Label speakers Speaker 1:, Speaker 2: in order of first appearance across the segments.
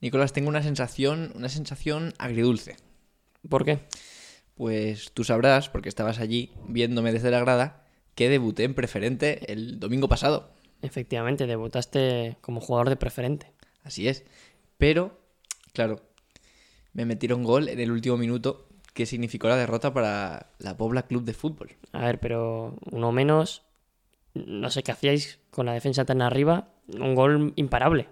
Speaker 1: Nicolás, tengo una sensación, una sensación agridulce.
Speaker 2: ¿Por qué?
Speaker 1: Pues tú sabrás, porque estabas allí viéndome desde la grada, que debuté en preferente el domingo pasado.
Speaker 2: Efectivamente, debutaste como jugador de preferente.
Speaker 1: Así es. Pero, claro, me metieron gol en el último minuto, que significó la derrota para la Pobla Club de Fútbol.
Speaker 2: A ver, pero uno menos, no sé qué hacíais con la defensa tan arriba, un gol imparable.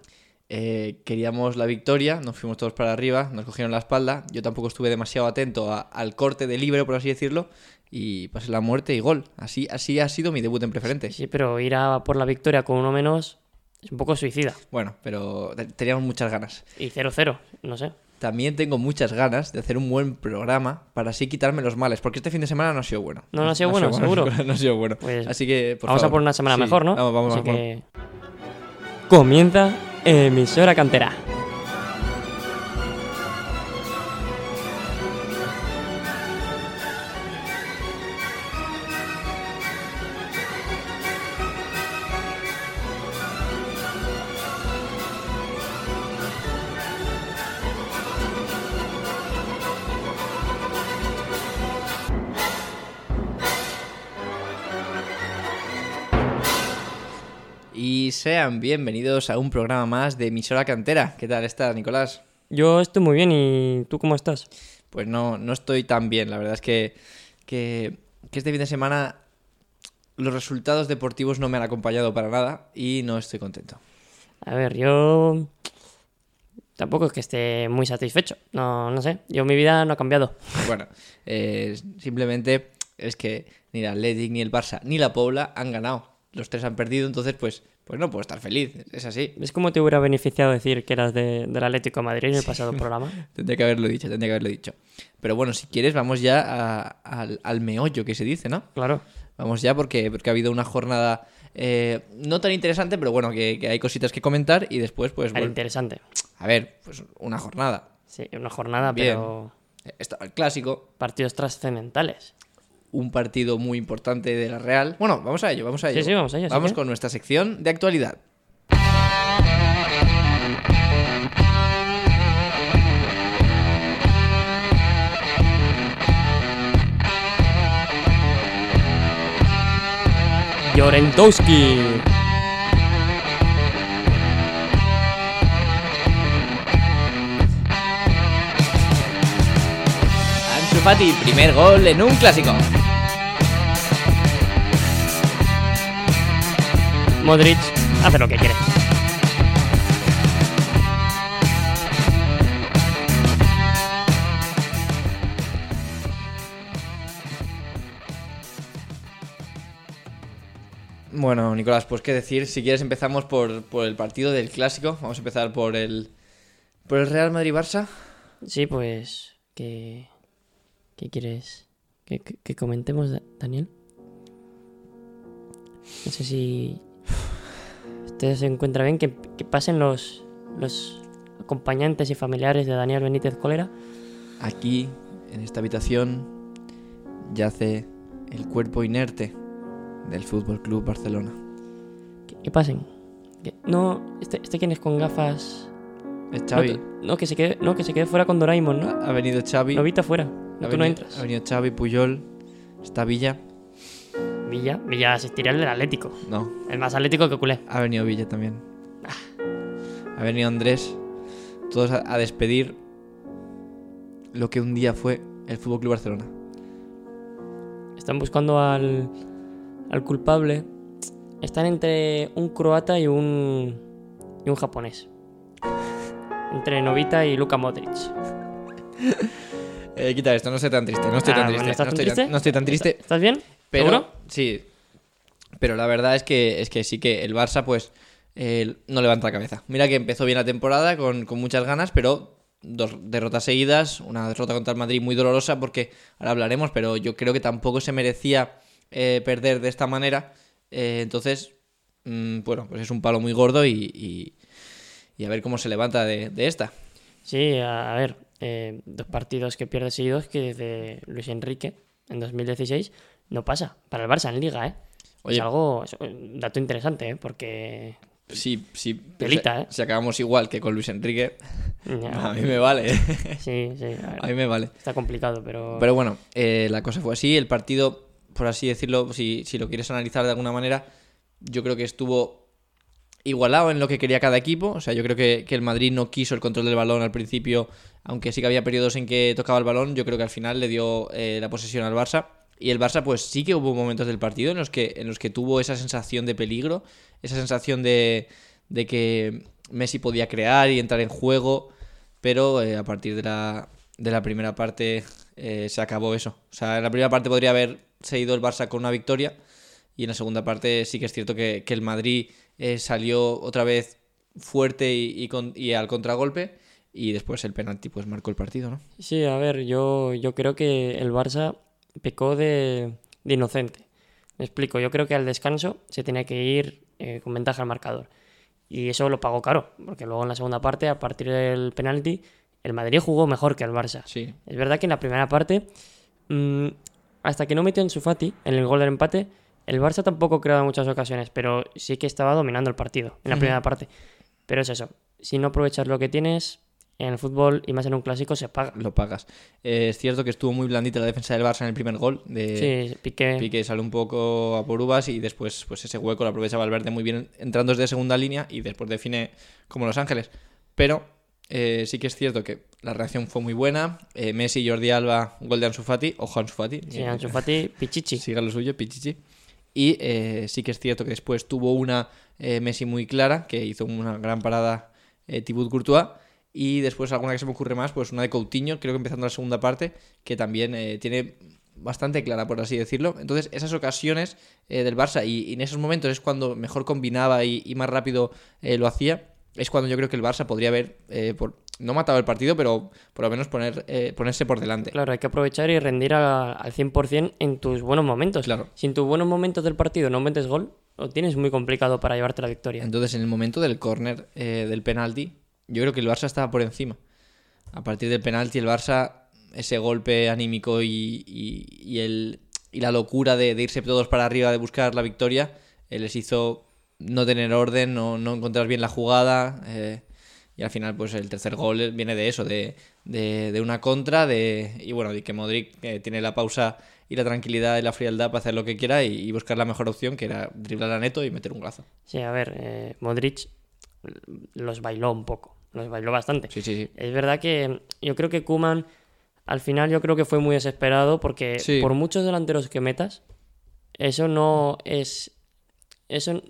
Speaker 1: Eh, queríamos la victoria, nos fuimos todos para arriba, nos cogieron la espalda. Yo tampoco estuve demasiado atento a- al corte de libre, por así decirlo, y pasé la muerte y gol. Así, así ha sido mi debut en preferente.
Speaker 2: Sí, pero ir a por la victoria con uno menos es un poco suicida.
Speaker 1: Bueno, pero te- teníamos muchas ganas.
Speaker 2: Y 0-0, no sé.
Speaker 1: También tengo muchas ganas de hacer un buen programa para así quitarme los males, porque este fin de semana no ha sido bueno.
Speaker 2: No, no ha sido bueno, seguro.
Speaker 1: No ha sido bueno.
Speaker 2: Pues
Speaker 1: así que, por
Speaker 2: vamos a
Speaker 1: favor.
Speaker 2: por una semana
Speaker 1: Sí,
Speaker 2: mejor, ¿no?
Speaker 1: Vamos, vamos,
Speaker 2: Así
Speaker 1: vamos.
Speaker 2: que... Comienza Emisora Cantera.
Speaker 1: Y sean bienvenidos a un programa más de Emisora Cantera. ¿Qué tal estás, Nicolás?
Speaker 2: Yo estoy muy bien y tú cómo estás.
Speaker 1: Pues no, no estoy tan bien. La verdad es que, que, que este fin de semana los resultados deportivos no me han acompañado para nada y no estoy contento.
Speaker 2: A ver, yo tampoco es que esté muy satisfecho. No, no sé. Yo mi vida no ha cambiado.
Speaker 1: Bueno, eh, simplemente es que ni el Athletic, ni el Barça, ni la Pobla han ganado. Los tres han perdido, entonces pues, pues no puedo estar feliz. Es así.
Speaker 2: ¿Ves cómo te hubiera beneficiado decir que eras de- del Atlético de Madrid en el pasado programa?
Speaker 1: Tendría que haberlo dicho, tendría que haberlo dicho. Pero bueno, si quieres, vamos ya a- al, al meollo que se dice, ¿no?
Speaker 2: Claro.
Speaker 1: Vamos ya porque, porque ha habido una jornada eh, no tan interesante, pero bueno, que, que hay cositas que comentar y después pues...
Speaker 2: Era
Speaker 1: vol-
Speaker 2: interesante.
Speaker 1: A ver, pues una jornada.
Speaker 2: Sí, una jornada,
Speaker 1: Bien.
Speaker 2: pero
Speaker 1: Está el clásico,
Speaker 2: partidos trascendentales.
Speaker 1: un partido muy importante de la Real. Bueno, vamos a ello, vamos a
Speaker 2: Sí,
Speaker 1: ello.
Speaker 2: sí, vamos a ello, sí que-
Speaker 1: con nuestra sección de actualidad.
Speaker 2: Yorentowski.
Speaker 1: Ansu Fati, primer gol en un clásico.
Speaker 2: Modric hace lo que quiere.
Speaker 1: Bueno, Nicolás, pues qué decir. Si quieres empezamos por, por el partido del clásico. Vamos a empezar por el, por el Real Madrid-Barça.
Speaker 2: Sí, pues. ¿Qué, qué quieres? ¿Que, que- que comentemos, Da- Daniel? No sé si. Usted se encuentra bien que, que pasen los, los acompañantes y familiares de Daniel Benítez Cólera.
Speaker 1: Aquí, en esta habitación, yace el cuerpo inerte del Fútbol Club Barcelona.
Speaker 2: Que, que pasen. Que- no, este, este quien es con gafas.
Speaker 1: Es
Speaker 2: No,
Speaker 1: Xavi.
Speaker 2: tú- No, que se quede, no, que se quede fuera con Doraemon, ¿no?
Speaker 1: Ha ha venido Xavi.
Speaker 2: Novita fuera. No,
Speaker 1: Ha
Speaker 2: tú no
Speaker 1: veni-
Speaker 2: entras.
Speaker 1: Ha venido Xavi, Puyol, está Villa.
Speaker 2: Villa. Villa asistirá al del Atlético.
Speaker 1: No,
Speaker 2: El más atlético que culé.
Speaker 1: ha venido Villa también. Ha venido Andrés. Todos a, a despedir lo que un día fue el Fútbol Club Barcelona.
Speaker 2: Están buscando al, al culpable. Están entre un croata y un, y un japonés. Entre Novita y Luka Modric.
Speaker 1: Eh, quita esto, no estoy tan triste. No estoy
Speaker 2: Ah,
Speaker 1: tan
Speaker 2: bueno,
Speaker 1: triste.
Speaker 2: ¿estás
Speaker 1: no,
Speaker 2: tan
Speaker 1: estoy
Speaker 2: triste?
Speaker 1: Tan, no estoy tan triste.
Speaker 2: ¿Estás bien?
Speaker 1: Pero
Speaker 2: ¿Seguro?
Speaker 1: sí. Pero la verdad es que es que sí que el Barça, pues, eh, no levanta la cabeza. Mira que empezó bien la temporada con, con muchas ganas, pero dos derrotas seguidas, una derrota contra el Madrid muy dolorosa, porque ahora hablaremos, pero yo creo que tampoco se merecía eh, perder de esta manera. Eh, entonces, mm, bueno, pues es un palo muy gordo y, y- y a ver cómo se levanta de, de esta.
Speaker 2: Sí, a, a ver. eh, dos partidos que pierde seguidos que desde Luis Enrique en 2016 no pasa. Para el Barça en Liga, ¿eh?
Speaker 1: Oye.
Speaker 2: Es algo. es un dato interesante, ¿eh? Porque.
Speaker 1: Sí, sí.
Speaker 2: Telita,
Speaker 1: si-
Speaker 2: ¿eh?
Speaker 1: Si acabamos igual que con Luis Enrique, A mí me vale.
Speaker 2: Sí, sí. a ver,
Speaker 1: A mí me vale.
Speaker 2: Está complicado, pero.
Speaker 1: Pero bueno, eh, la cosa fue así. El partido, por así decirlo, si, si lo quieres analizar de alguna manera, yo creo que estuvo igualado en lo que quería cada equipo. O sea, yo creo que, que el Madrid no quiso el control del balón al principio, aunque sí que había periodos en que tocaba el balón. Yo creo que al final le dio eh, la posesión al Barça. Y el Barça, pues sí que hubo momentos del partido en los que, en los que tuvo esa sensación de peligro, esa sensación de, de que Messi podía crear y entrar en juego. Pero eh, a partir de la, de la primera parte eh, se acabó eso. O sea, en la primera parte podría haberse ido el Barça con una victoria. Y en la segunda parte sí que es cierto que, que el Madrid eh, salió otra vez fuerte y, y con- y al contragolpe. Y después el penalti pues marcó el partido, ¿no?
Speaker 2: Sí, a ver, yo, yo creo que el Barça pecó de, de inocente. Me explico, yo creo que al descanso se tenía que ir eh, con ventaja al marcador. Y eso lo pagó caro, porque luego en la segunda parte, a partir del penalti, el Madrid jugó mejor que el Barça.
Speaker 1: Sí.
Speaker 2: Es verdad que en la primera parte, mm, hasta que no metió en Sufati en el gol del empate, el Barça tampoco creaba muchas ocasiones, pero sí que estaba dominando el partido en la
Speaker 1: Ujú.
Speaker 2: primera parte. Pero es eso, si no aprovechas lo que tienes, en el fútbol y más en un clásico se paga.
Speaker 1: Lo pagas. Eh, es cierto que estuvo muy blandita la defensa del Barça en el primer gol. De,
Speaker 2: Sí, Piqué.
Speaker 1: Piqué sale un poco a por uvas y después pues ese hueco lo aprovecha Valverde muy bien entrando desde segunda línea y después define como Los Ángeles. Pero eh, sí que es cierto que la reacción fue muy buena. Eh, Messi, Jordi Alba, gol de Ansu Fati. Ojo a Ansu Fati.
Speaker 2: Sí,
Speaker 1: eh,
Speaker 2: Ansu Fati, Pichichi.
Speaker 1: siga lo suyo, Pichichi. Y eh, sí que es cierto que después tuvo una eh, Messi muy clara, que hizo una gran parada eh, Thibaut Courtois. Y después alguna que se me ocurre más, pues una de Coutinho, creo que empezando la segunda parte, que también eh, tiene bastante clara, por así decirlo. Entonces, esas ocasiones eh, del Barça, y, y en esos momentos es cuando mejor combinaba y, y más rápido eh, lo hacía, es cuando yo creo que el Barça podría haber, eh, por- no matado el partido, pero por lo menos poner, eh, ponerse por delante.
Speaker 2: Claro, hay que aprovechar y rendir a- al 100% en tus buenos momentos.
Speaker 1: Claro.
Speaker 2: Si en tus buenos momentos del partido no metes gol, lo tienes muy complicado para llevarte la victoria.
Speaker 1: Entonces, en el momento del córner eh, del penalti, yo creo que el Barça estaba por encima. A partir del penalti, el Barça, ese golpe anímico y, y- y el, y la locura de, de irse todos para arriba, de buscar la victoria, eh, les hizo no tener orden, no, no encontrar bien la jugada. eh, y al final, pues el tercer gol viene de eso, de, de- de una contra, de y bueno, de que Modric eh, tiene la pausa y la tranquilidad y la frialdad para hacer lo que quiera y, y buscar la mejor opción, que era driblar a Neto y meter un golazo.
Speaker 2: Sí, a ver, eh, Modric los bailó un poco, los bailó bastante.
Speaker 1: Sí, sí, sí.
Speaker 2: Es verdad que yo creo que Kuman al final yo creo que fue muy desesperado porque
Speaker 1: Sí.
Speaker 2: por muchos delanteros que metas, eso no es... Eso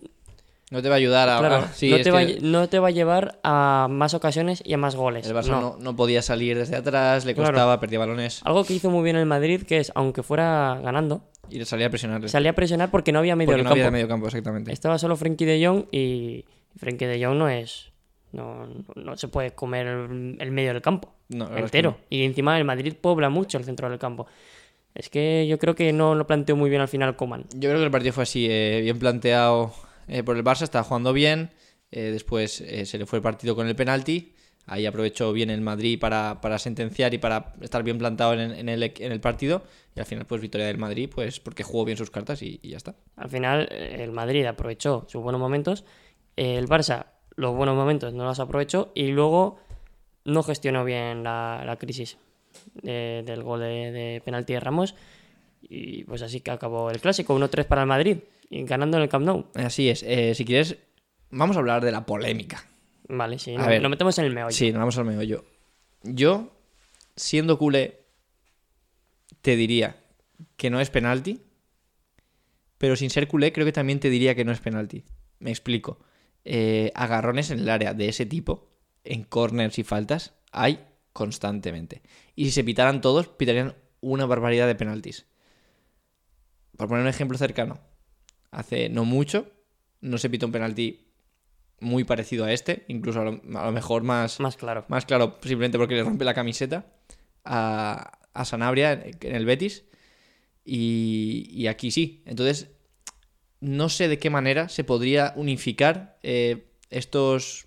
Speaker 1: No te va a ayudar a.
Speaker 2: claro,
Speaker 1: a- Ah, sí,
Speaker 2: no,
Speaker 1: es
Speaker 2: te va, a
Speaker 1: que
Speaker 2: lle- no te va a llevar a más ocasiones y a más goles.
Speaker 1: El Barça no. no podía salir desde atrás, le costaba, perdía balones
Speaker 2: Algo que hizo muy bien el Madrid, que es, aunque fuera ganando,
Speaker 1: y le salía a presionarle.
Speaker 2: salía a presionar porque no había medio
Speaker 1: porque
Speaker 2: del
Speaker 1: no
Speaker 2: campo.
Speaker 1: había medio campo, exactamente.
Speaker 2: Estaba solo Frenkie de Jong y Frenkie de Jong no es. No, no se puede comer el, el medio del campo
Speaker 1: No, la verdad es
Speaker 2: entero. Y encima el Madrid pobla mucho el centro del campo. Es que yo creo que no lo planteó muy bien al final Coman.
Speaker 1: Yo creo que el partido fue así, eh, bien planteado eh, por el Barça, estaba jugando bien, eh, después eh, se le fue el partido con el penalti, ahí aprovechó bien el Madrid para, para sentenciar y para estar bien plantado en, en el, en el partido, y al final pues victoria del Madrid, pues porque jugó bien sus cartas y, y ya está.
Speaker 2: Al final, eh, el Madrid aprovechó sus buenos momentos, eh, el Barça los buenos momentos no los aprovechó y luego no gestionó bien la, la crisis de- del gol de, de penalti de Ramos. Y pues así que acabó el clásico, 1-3 para el Madrid, y ganando en el Camp Nou.
Speaker 1: Así es, eh, si quieres, vamos a hablar de la polémica.
Speaker 2: Vale, sí,
Speaker 1: A
Speaker 2: no-
Speaker 1: ver.
Speaker 2: lo metemos en el meollo.
Speaker 1: Sí, nos vamos al meollo. Yo, siendo culé, te diría que no es penalti, pero sin ser culé creo que también te diría que no es penalti. Me explico. Eh, agarrones en el área de ese tipo, en corners y faltas, hay constantemente. Y si se pitaran todos, pitarían una barbaridad de penaltis. Por poner un ejemplo cercano, hace no mucho no se pitó un penalti muy parecido a este, incluso a lo, a lo mejor más,
Speaker 2: Más claro.
Speaker 1: más claro, simplemente porque le rompe la camiseta a, a Sanabria en, en el Betis. Y, y aquí sí. Entonces, no sé de qué manera se podría unificar eh, estos,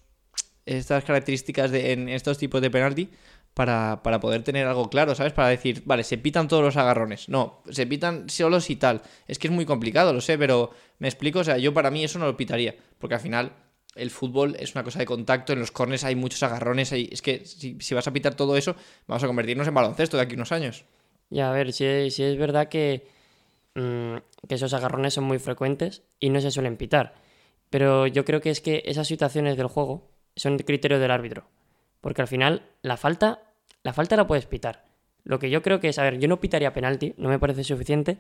Speaker 1: estas características de, en estos tipos de penalti para, para poder tener algo claro, ¿sabes? Para decir, vale, se pitan todos los agarrones. No, se pitan solo si tal. Es que es muy complicado, lo sé, pero me explico. O sea, yo para mí eso no lo pitaría, porque al final el fútbol es una cosa de contacto, en los cornes hay muchos agarrones, hay- es que si, si vas a pitar todo eso, vamos a convertirnos en baloncesto de aquí a unos años.
Speaker 2: Ya, a ver, si es, sí es verdad que, mm, que esos agarrones son muy frecuentes y no se suelen pitar. Pero yo creo que es que esas situaciones del juego son el criterio del árbitro. Porque al final, la falta, la falta la puedes pitar. Lo que yo creo que es, a ver, yo no pitaría penalti, no me parece suficiente,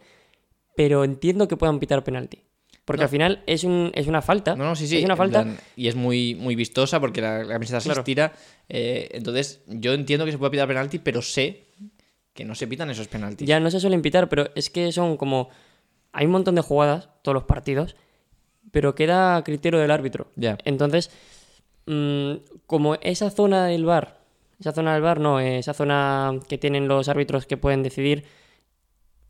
Speaker 2: pero entiendo que puedan pitar penalti. Porque
Speaker 1: No.
Speaker 2: al final es, un, es una falta.
Speaker 1: No, no, sí, sí.
Speaker 2: Es una
Speaker 1: en
Speaker 2: falta.
Speaker 1: plan, y es muy, muy vistosa porque la, la camiseta se
Speaker 2: Claro.
Speaker 1: estira. eh, entonces, yo entiendo que se puede pitar penalti, pero sé que no se pitan esos penaltis.
Speaker 2: Ya no se suelen pitar, pero es que son como. Hay un montón de jugadas, todos los partidos, pero queda a criterio del árbitro.
Speaker 1: Ya.
Speaker 2: Entonces, mm, como esa zona del bar, esa zona del bar no, eh, esa zona que tienen los árbitros que pueden decidir,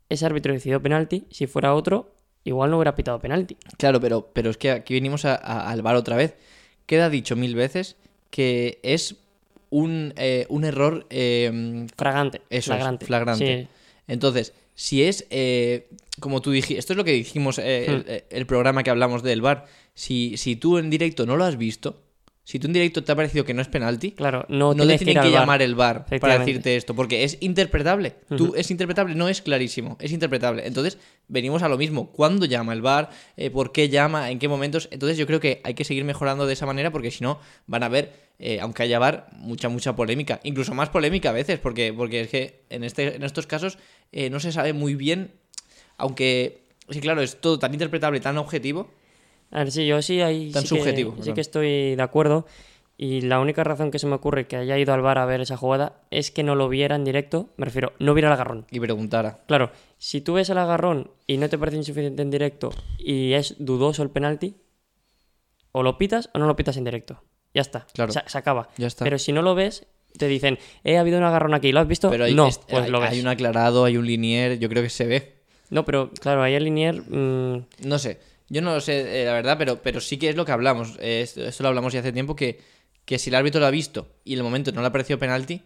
Speaker 2: ese árbitro decidió penalti, si fuera otro, igual no hubiera pitado penalti.
Speaker 1: Claro, pero, pero es que aquí venimos a- a- al bar otra vez. Queda dicho mil veces que es un, eh, un error eh,
Speaker 2: Fragante.
Speaker 1: Eso es,
Speaker 2: flagrante.
Speaker 1: flagrante.
Speaker 2: Sí.
Speaker 1: Entonces, si es, eh, como tú dijiste, esto es lo que dijimos eh,
Speaker 2: Hmm.
Speaker 1: el, el programa que hablamos del bar, si, si tú en directo no lo has visto, si tú en directo te ha parecido que no es penalti,
Speaker 2: Claro, no,
Speaker 1: no te
Speaker 2: tienes
Speaker 1: tienen
Speaker 2: ir
Speaker 1: que,
Speaker 2: al bar.
Speaker 1: llamar el bar para
Speaker 2: Efectivamente.
Speaker 1: decirte esto, porque es interpretable. Tú es interpretable, no es clarísimo, es interpretable. Entonces, venimos a lo mismo. ¿Cuándo llama el bar? Eh, ¿Por qué llama? ¿En qué momentos? Entonces, yo creo que hay que seguir mejorando de esa manera, porque si no, van a haber, eh, aunque haya bar, mucha, mucha polémica. Incluso más polémica a veces, porque, porque es que en, este, en estos casos eh, no se sabe muy bien, aunque. Sí, claro, es todo tan interpretable, tan objetivo.
Speaker 2: A ver, sí, yo sí ahí
Speaker 1: Tan
Speaker 2: sí que-
Speaker 1: subjetivo,
Speaker 2: sí
Speaker 1: perdón.
Speaker 2: que estoy de acuerdo. Y la única razón que se me ocurre que haya ido al bar a ver esa jugada es que no lo viera en directo. Me refiero, no viera el agarrón.
Speaker 1: Y preguntara.
Speaker 2: Claro, si tú ves el agarrón y no te parece insuficiente en directo y es dudoso el penalti, o lo pitas o no lo pitas en directo. Ya está.
Speaker 1: Claro.
Speaker 2: Se, se acaba.
Speaker 1: Ya está.
Speaker 2: Pero si no lo ves, te dicen, he habido un agarrón aquí, ¿lo has visto?
Speaker 1: Pero hay,
Speaker 2: no,
Speaker 1: es-
Speaker 2: pues
Speaker 1: hay-
Speaker 2: lo ves.
Speaker 1: hay un aclarado, hay un linier, yo creo que se ve.
Speaker 2: No, pero claro, ahí el linier. mm,
Speaker 1: No sé, yo no lo sé, eh, la verdad, pero, pero sí que es lo que hablamos. eh, esto, esto lo hablamos ya hace tiempo, que, que si el árbitro lo ha visto y en el momento no le ha parecido penalti,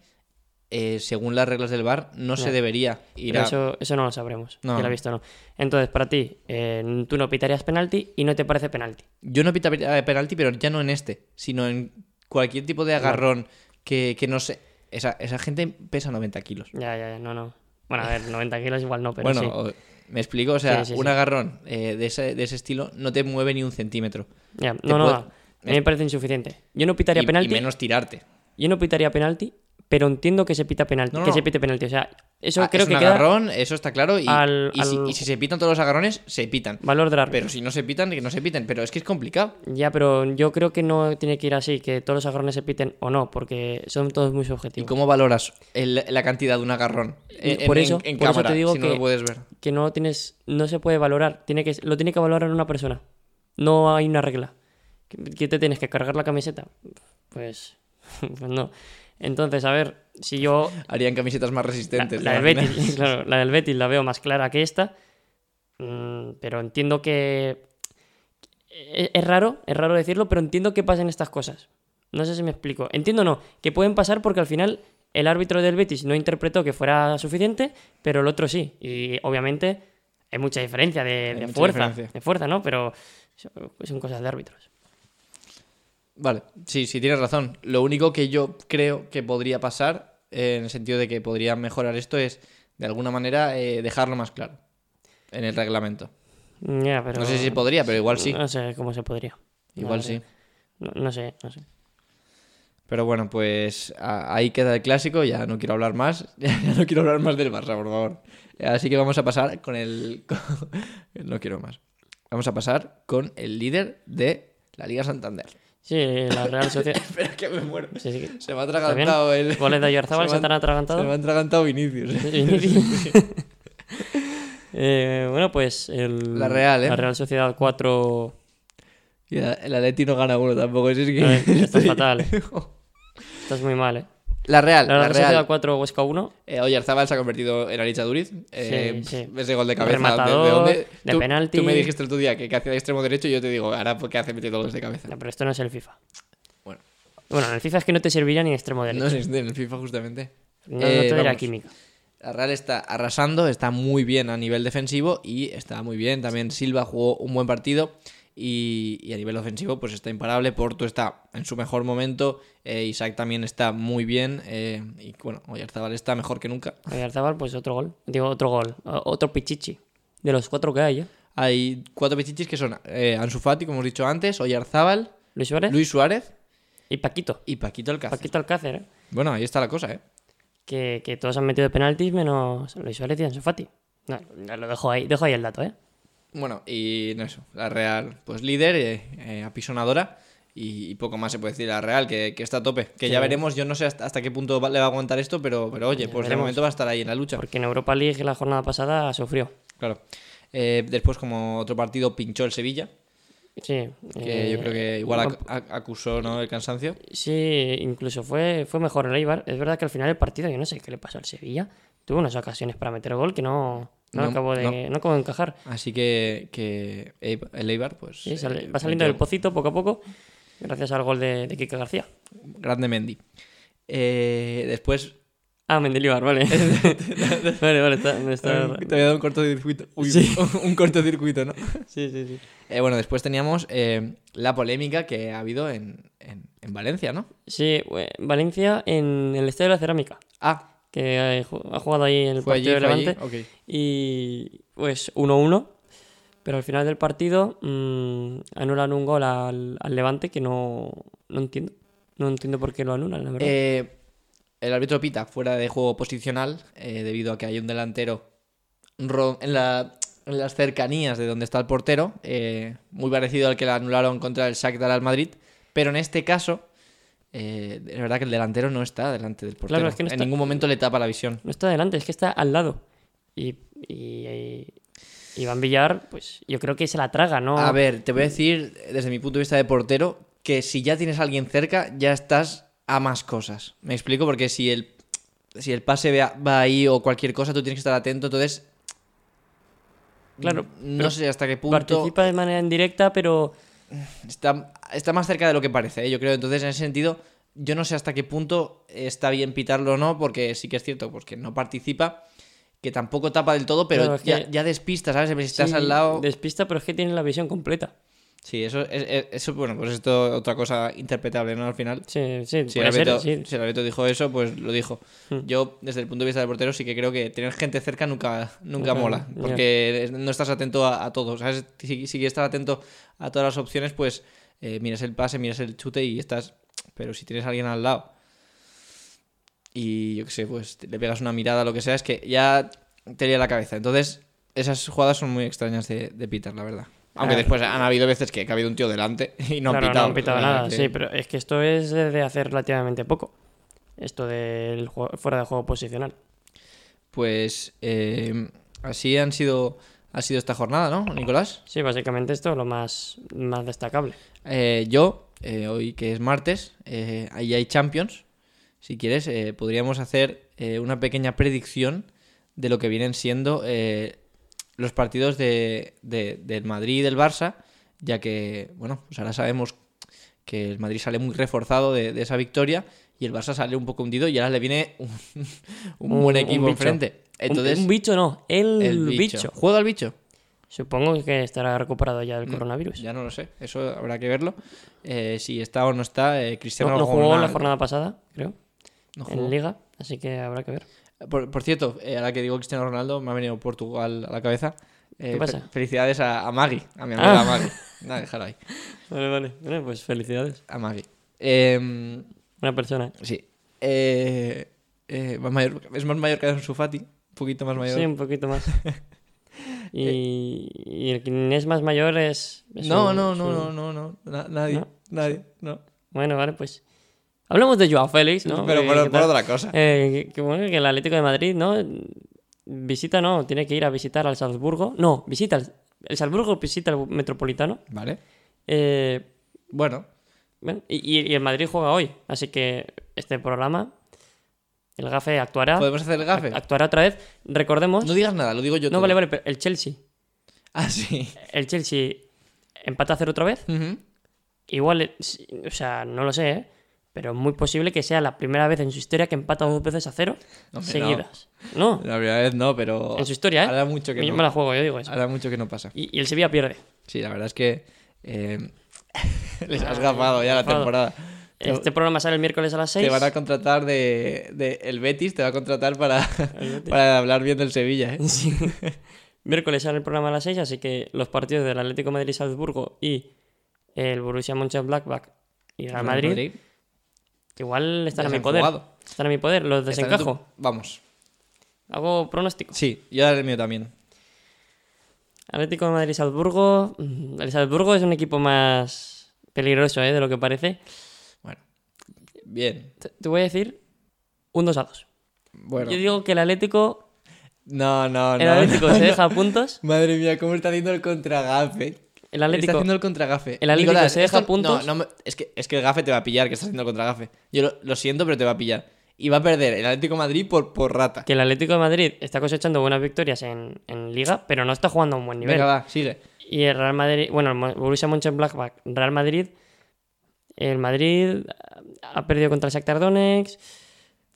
Speaker 1: eh, según las reglas del VAR, no se
Speaker 2: Ya.
Speaker 1: debería ir
Speaker 2: pero
Speaker 1: a...
Speaker 2: eso, eso no lo sabremos.
Speaker 1: No.
Speaker 2: si lo has visto o no. Entonces, para ti, eh, tú no pitarías penalti y no te parece penalti.
Speaker 1: Yo no pita eh, penalti, pero ya no en este, sino en cualquier tipo de agarrón que, que no sé... Esa, esa gente pesa 90 kilos.
Speaker 2: Ya, ya, ya, no, no. Bueno, a ver, 90 kilos igual no, pero
Speaker 1: bueno,
Speaker 2: Pues sí.
Speaker 1: o- me explico, o sea,
Speaker 2: Sí, sí,
Speaker 1: un
Speaker 2: sí.
Speaker 1: agarrón eh, de, ese, de ese estilo no te mueve ni un centímetro.
Speaker 2: Ya,
Speaker 1: te
Speaker 2: No, no,
Speaker 1: puede-
Speaker 2: a mí me parece insuficiente. Yo no pitaría
Speaker 1: Y, y
Speaker 2: penalti.
Speaker 1: menos tirarte.
Speaker 2: Yo no pitaría penalti, pero entiendo que se pita penalti.
Speaker 1: No, no,
Speaker 2: que
Speaker 1: no.
Speaker 2: se pite penalti. O sea, eso
Speaker 1: Ah,
Speaker 2: creo
Speaker 1: es
Speaker 2: que
Speaker 1: un
Speaker 2: queda
Speaker 1: agarrón, eso está claro. Y,
Speaker 2: al-
Speaker 1: y si,
Speaker 2: al-
Speaker 1: y si se pitan todos los agarrones, se pitan.
Speaker 2: valor del árbitro.
Speaker 1: Pero si no se pitan, que no se piten. Pero es que es complicado.
Speaker 2: Ya, pero yo creo que no tiene que ir así, que todos los agarrones se piten o no, porque son todos muy
Speaker 1: ¿Y
Speaker 2: subjetivos.
Speaker 1: cómo valoras el- la cantidad de un agarrón en,
Speaker 2: Por
Speaker 1: en-
Speaker 2: eso-
Speaker 1: en
Speaker 2: por eso
Speaker 1: cámara
Speaker 2: te digo
Speaker 1: si no
Speaker 2: que-
Speaker 1: lo puedes ver?
Speaker 2: Que no tienes, no se puede valorar, tiene que, lo tiene que valorar una persona. No hay una regla. ¿Qué, qué te tienes que cargar la camiseta? Pues, pues no. Entonces, a ver, si yo
Speaker 1: Harían camisetas más
Speaker 2: La,
Speaker 1: resistentes.
Speaker 2: la
Speaker 1: ¿te
Speaker 2: del
Speaker 1: imaginas?
Speaker 2: Betis, claro, la del Betis la veo más clara que esta. Mm, pero entiendo que. e- Es raro, es raro decirlo, pero entiendo que pasen estas cosas. No sé si me explico. Entiendo no, que pueden pasar porque al final el árbitro del Betis no interpretó que fuera suficiente, pero el otro sí. Y obviamente hay mucha diferencia de, de
Speaker 1: mucha
Speaker 2: fuerza.
Speaker 1: diferencia.
Speaker 2: De fuerza, ¿no? Pero son- son cosas de árbitros.
Speaker 1: Vale, sí, sí, tienes razón. Lo único que yo creo que podría pasar, eh, en el sentido de que podría mejorar esto, es de alguna manera eh, dejarlo más claro en el reglamento.
Speaker 2: Ya, pero-
Speaker 1: No sé si podría, pero igual sí.
Speaker 2: No sé cómo se podría. La
Speaker 1: Igual
Speaker 2: verdad.
Speaker 1: sí.
Speaker 2: No- no sé, no sé.
Speaker 1: Pero bueno, pues a- ahí queda el clásico, ya no quiero hablar más, ya no quiero hablar más del Barça, por favor. Así que vamos a pasar con el... con- no quiero más. Vamos a pasar con el líder de la Liga Santander.
Speaker 2: Sí, la Real Sociedad.
Speaker 1: Espera que me muero.
Speaker 2: Sí, sí que-
Speaker 1: Se me ha atragantado el...
Speaker 2: Goles de Oyarzábal,
Speaker 1: Se me han-
Speaker 2: se te han
Speaker 1: Se me
Speaker 2: atragantado.
Speaker 1: ha atragantado Vinicius.
Speaker 2: Eh, bueno, pues el,
Speaker 1: La Real, ¿eh?
Speaker 2: la Real Sociedad 4.
Speaker 1: Y la- el Atleti no gana uno tampoco, así es que...
Speaker 2: Eh, esto es
Speaker 1: estoy-
Speaker 2: fatal. eh. Estás muy mal, ¿eh?
Speaker 1: La Real,
Speaker 2: La
Speaker 1: la
Speaker 2: Real Sociedad
Speaker 1: Real.
Speaker 2: 4, Huesca 1.
Speaker 1: Eh, Oyarzabal se ha convertido en Aricha Duriz. Eh,
Speaker 2: Sí, sí.
Speaker 1: pf, Ese gol de cabeza. ¿de-
Speaker 2: Rematador,
Speaker 1: ¿De, dónde?
Speaker 2: de
Speaker 1: tú,
Speaker 2: penalti.
Speaker 1: Tú me dijiste el otro día que, que hacía de extremo derecho y yo te digo, ahora porque hace metiendo goles de cabeza.
Speaker 2: No, pero esto no es el FIFA.
Speaker 1: Bueno.
Speaker 2: Bueno, en el FIFA es que no te serviría ni extremo
Speaker 1: No
Speaker 2: derecho.
Speaker 1: existe en el FIFA justamente.
Speaker 2: No, no
Speaker 1: Eh,
Speaker 2: te daría
Speaker 1: vamos.
Speaker 2: química.
Speaker 1: La Real está arrasando, está muy bien a nivel defensivo y está muy bien. También Silva jugó un buen partido. Y, y a nivel ofensivo, pues está imparable. Porto está en su mejor momento. eh, Isaac también está muy bien. eh, y bueno, Oyarzabal está mejor que nunca.
Speaker 2: Oyarzabal, pues otro gol. Digo, otro gol. o- Otro pichichi. De los cuatro que hay, ¿eh?
Speaker 1: Hay cuatro pichichis que son eh, Ansu Fati, como hemos dicho antes, Oyarzábal,
Speaker 2: Luis Suárez
Speaker 1: Luis Suárez
Speaker 2: y Paquito.
Speaker 1: y Paquito Alcácer.
Speaker 2: ¿Eh? Paquito Alcácer, ¿eh?
Speaker 1: Bueno, ahí está la cosa, ¿eh?
Speaker 2: Que, que todos han metido penaltis menos Luis Suárez y Ansu Fati. No, no, lo dejo ahí, dejo ahí el dato, ¿eh?
Speaker 1: Bueno, y no eso, la Real, pues líder, eh, eh, apisonadora y, y poco más se puede decir. La Real, que, que está a tope. Que ya
Speaker 2: Sí.
Speaker 1: veremos, yo no sé hasta, hasta qué punto va- le va a aguantar esto, pero, pero oye,
Speaker 2: Ya
Speaker 1: pues de
Speaker 2: veremos.
Speaker 1: momento va a estar ahí en la lucha.
Speaker 2: Porque en Europa League la jornada pasada sufrió.
Speaker 1: Claro. Eh, después, como otro partido, pinchó el Sevilla,
Speaker 2: Sí.
Speaker 1: que
Speaker 2: eh,
Speaker 1: yo creo que igual ac- ac- acusó ¿no? el cansancio.
Speaker 2: Sí, incluso fue, fue mejor el Eibar. Es verdad que al final del partido, yo no sé qué le pasó al Sevilla. Tuvo unas ocasiones para meter gol que no, no,
Speaker 1: No,
Speaker 2: acabó, de, no. acabó de encajar.
Speaker 1: Así que, que Eibar- el Eibar, pues.
Speaker 2: Sí, sale-
Speaker 1: eh,
Speaker 2: va saliendo del
Speaker 1: metió-
Speaker 2: pocito poco a poco, gracias al gol de, de Kike García.
Speaker 1: Grande Mendy. Eh, después.
Speaker 2: Ah, Mendilibar, vale. vale, vale, está, no
Speaker 1: Te
Speaker 2: está-
Speaker 1: había dado un cortocircuito. Uy,
Speaker 2: Sí.
Speaker 1: un cortocircuito, ¿no?
Speaker 2: Sí, sí, sí.
Speaker 1: Eh, bueno, después teníamos eh, la polémica que ha habido en, en- en Valencia, ¿no?
Speaker 2: Sí, eh, Valencia en el Estadio de la Cerámica,
Speaker 1: Ah,
Speaker 2: que eh, ju- ha jugado ahí en el
Speaker 1: fue allí,
Speaker 2: partido de
Speaker 1: fue allí.
Speaker 2: Levante.
Speaker 1: ok.
Speaker 2: Y pues 1-1. Pero al final del partido mm, anulan un gol al, al Levante que no, no entiendo. No entiendo por qué lo anulan, la verdad.
Speaker 1: Eh, el árbitro pita fuera de juego posicional eh, debido a que hay un delantero ro- en, la- en las cercanías de donde está el portero, eh, muy parecido al que le anularon contra el Shakhtar al Madrid, pero en este caso eh, es verdad que el delantero no está delante del portero,
Speaker 2: Claro, es que no
Speaker 1: en
Speaker 2: está-
Speaker 1: ningún momento le tapa la visión.
Speaker 2: No está adelante, es que está al lado. Y, y, y Iván Villar, pues yo creo que se la traga, ¿no?
Speaker 1: A ver, te voy a decir desde mi punto de vista de portero que si ya tienes a alguien cerca ya estás a más cosas. Me explico porque si el si el pase va va ahí o cualquier cosa tú tienes que estar atento, entonces
Speaker 2: Claro,
Speaker 1: No
Speaker 2: pero
Speaker 1: sé hasta qué punto.
Speaker 2: Participa de manera indirecta, pero
Speaker 1: Está, está más cerca de lo que parece, ¿eh? yo creo. Entonces, en ese sentido, yo no sé hasta qué punto está bien pitarlo o no, porque sí que es cierto, pues que no participa, que tampoco tapa del todo, pero
Speaker 2: Claro, es
Speaker 1: ya,
Speaker 2: que-
Speaker 1: ya despista, ¿sabes? Si estás
Speaker 2: sí,
Speaker 1: al lado.
Speaker 2: despista, pero es que tiene la visión completa.
Speaker 1: Sí, eso, es- es- eso, bueno, pues esto otra cosa interpretable, ¿no? Al final.
Speaker 2: Sí, sí,
Speaker 1: Si el,
Speaker 2: puede ser,
Speaker 1: árbitro,
Speaker 2: sí. Mm.
Speaker 1: si el árbitro dijo eso, pues lo dijo. Yo, desde el punto de vista del portero, sí que creo que tener gente cerca nunca, nunca
Speaker 2: Nunca,
Speaker 1: mola.
Speaker 2: ya.
Speaker 1: Porque es- no estás atento a, a todo. ¿sabes? Si, si quieres estar atento a todas las opciones, pues eh, miras el pase, miras el chute y estás. Pero si tienes a alguien al lado y yo qué sé, pues te- le pegas una mirada, lo que sea, es que ya te lía la cabeza. Entonces, esas jugadas son muy extrañas de, de pitar, la verdad. Aunque
Speaker 2: Claro.
Speaker 1: después han habido veces que, que ha habido un tío delante y no
Speaker 2: Claro,
Speaker 1: han pitado.
Speaker 2: no han pitado
Speaker 1: O sea,
Speaker 2: nada,
Speaker 1: que-
Speaker 2: sí, pero es que esto es de hacer relativamente poco. Esto del jue- fuera de juego posicional.
Speaker 1: Pues eh, así han sido, ha sido esta jornada, ¿no, Nicolás?
Speaker 2: Sí, básicamente esto es lo más, más destacable.
Speaker 1: Eh, yo, eh, hoy que es martes, eh, ahí hay Champions. Si quieres, eh, podríamos hacer eh, una pequeña predicción de lo que vienen siendo eh, los partidos de, de- del Madrid y del Barça, ya que, bueno, pues ahora sabemos que el Madrid sale muy reforzado de, de esa victoria y el Barça sale un poco hundido y ahora le viene un, un
Speaker 2: Un-
Speaker 1: buen
Speaker 2: un
Speaker 1: equipo
Speaker 2: bicho.
Speaker 1: enfrente.
Speaker 2: Un-
Speaker 1: Entonces,
Speaker 2: un, bicho no, el,
Speaker 1: el
Speaker 2: bicho.
Speaker 1: bicho. ¿Juega el bicho?
Speaker 2: Supongo que estará recuperado ya
Speaker 1: Mm.
Speaker 2: del coronavirus.
Speaker 1: Pues Ya no lo sé, eso habrá que verlo. Eh, si está o no está, eh, Cristiano
Speaker 2: no, no
Speaker 1: Ronaldo-
Speaker 2: jugó la jornada pasada, creo,
Speaker 1: no jugó.
Speaker 2: en Liga, así que habrá que ver.
Speaker 1: Por, por cierto, eh, ahora que digo Cristiano Ronaldo, me ha venido Portugal a la cabeza. Eh,
Speaker 2: ¿Qué pasa?
Speaker 1: fe- felicidades a, a Maggie, a mi
Speaker 2: Ah.
Speaker 1: amiga Maggie. Nada, déjalo ahí.
Speaker 2: Vale, vale. pues felicidades.
Speaker 1: A Maggie. Eh,
Speaker 2: Una persona.
Speaker 1: sí. Eh, eh, más mayor- es más mayor que Ansu Fati, un poquito más mayor.
Speaker 2: Sí, un poquito más. y, y el quien es más mayor es... es
Speaker 1: no,
Speaker 2: un-
Speaker 1: no,
Speaker 2: es
Speaker 1: no,
Speaker 2: un-
Speaker 1: no, no, no, na- nadie,
Speaker 2: No.
Speaker 1: nadie, no.
Speaker 2: Bueno, vale, pues. Hablemos de Joao Félix, ¿no?
Speaker 1: Pero
Speaker 2: Eh,
Speaker 1: por,
Speaker 2: ¿qué
Speaker 1: por
Speaker 2: tal?
Speaker 1: otra cosa.
Speaker 2: Eh, que- que bueno que el Atlético de Madrid, ¿no? Visita, no, tiene que ir a visitar al Salzburgo. No, visita al- el Salzburgo, visita al Metropolitano.
Speaker 1: Vale.
Speaker 2: Eh,
Speaker 1: Bueno,
Speaker 2: bueno, y, y- y el Madrid juega hoy, así que este programa, el Gafe actuará.
Speaker 1: podemos hacer el gafe.
Speaker 2: Actuará otra vez. Recordemos.
Speaker 1: No
Speaker 2: No,
Speaker 1: digas nada, lo digo yo. todo.
Speaker 2: vale, vale, pero el Chelsea.
Speaker 1: Ah, sí.
Speaker 2: El Chelsea empata a cero otra vez.
Speaker 1: Ujú.
Speaker 2: Igual, eh, sí, o sea, no lo sé, ¿eh? pero es muy posible que sea la primera vez en su historia que empata dos veces a cero
Speaker 1: Hombre,
Speaker 2: seguidas. No,
Speaker 1: La primera vez no, pero.
Speaker 2: en su historia, ¿eh?
Speaker 1: Hará mucho que
Speaker 2: Yo
Speaker 1: no.
Speaker 2: me la juego, yo digo eso.
Speaker 1: hará mucho que no pasa.
Speaker 2: Y, y el Sevilla pierde.
Speaker 1: Sí, la verdad es que eh, les has gafado ya la
Speaker 2: gafado.
Speaker 1: temporada. Te-
Speaker 2: Este programa sale el miércoles a las 6.
Speaker 1: Te van a contratar de, de- El Betis te va a contratar para,
Speaker 2: El Betis.
Speaker 1: para hablar bien del Sevilla, ¿eh?
Speaker 2: Sí. Miércoles sale el programa a las 6, así que los partidos del Atlético de Madrid-Salzburgo y el Borussia Mönchengladbach y Real Madrid, igual están
Speaker 1: Ya
Speaker 2: a
Speaker 1: se
Speaker 2: mi
Speaker 1: han
Speaker 2: poder.
Speaker 1: jugado.
Speaker 2: Están a mi poder, los
Speaker 1: Están en tu-
Speaker 2: desencajo.
Speaker 1: Vamos.
Speaker 2: Hago pronóstico.
Speaker 1: Sí, yo daré el mío también.
Speaker 2: Atlético de Madrid-Salzburgo. mm, El Salzburgo es un equipo más peligroso ¿eh? de lo que parece.
Speaker 1: Bueno. Bien.
Speaker 2: Te te voy a decir un 2 a 2.
Speaker 1: Bueno.
Speaker 2: Yo digo que el Atlético,
Speaker 1: No, no,
Speaker 2: el
Speaker 1: no.
Speaker 2: Atlético se deja puntos.
Speaker 1: Madre mía, cómo está haciendo el contragafe.
Speaker 2: El
Speaker 1: Está
Speaker 2: Atlético,
Speaker 1: haciendo el contragafe.
Speaker 2: El Atlético se deja
Speaker 1: esto-
Speaker 2: puntos.
Speaker 1: No, no, me- es, que, es que el gafe te va a pillar, que está haciendo el contragafe. Yo lo, lo siento, pero te va a pillar. Y va a perder el Atlético de Madrid por, por rata.
Speaker 2: que el Atlético de Madrid está cosechando buenas victorias en, en Liga, pero no está jugando a un buen nivel.
Speaker 1: Venga, va, sigue.
Speaker 2: Y el Real Madrid, bueno, el Mo- Borussia Mönchengladbach, Real Madrid, el Madrid ha perdido contra el Shakhtar Donetsk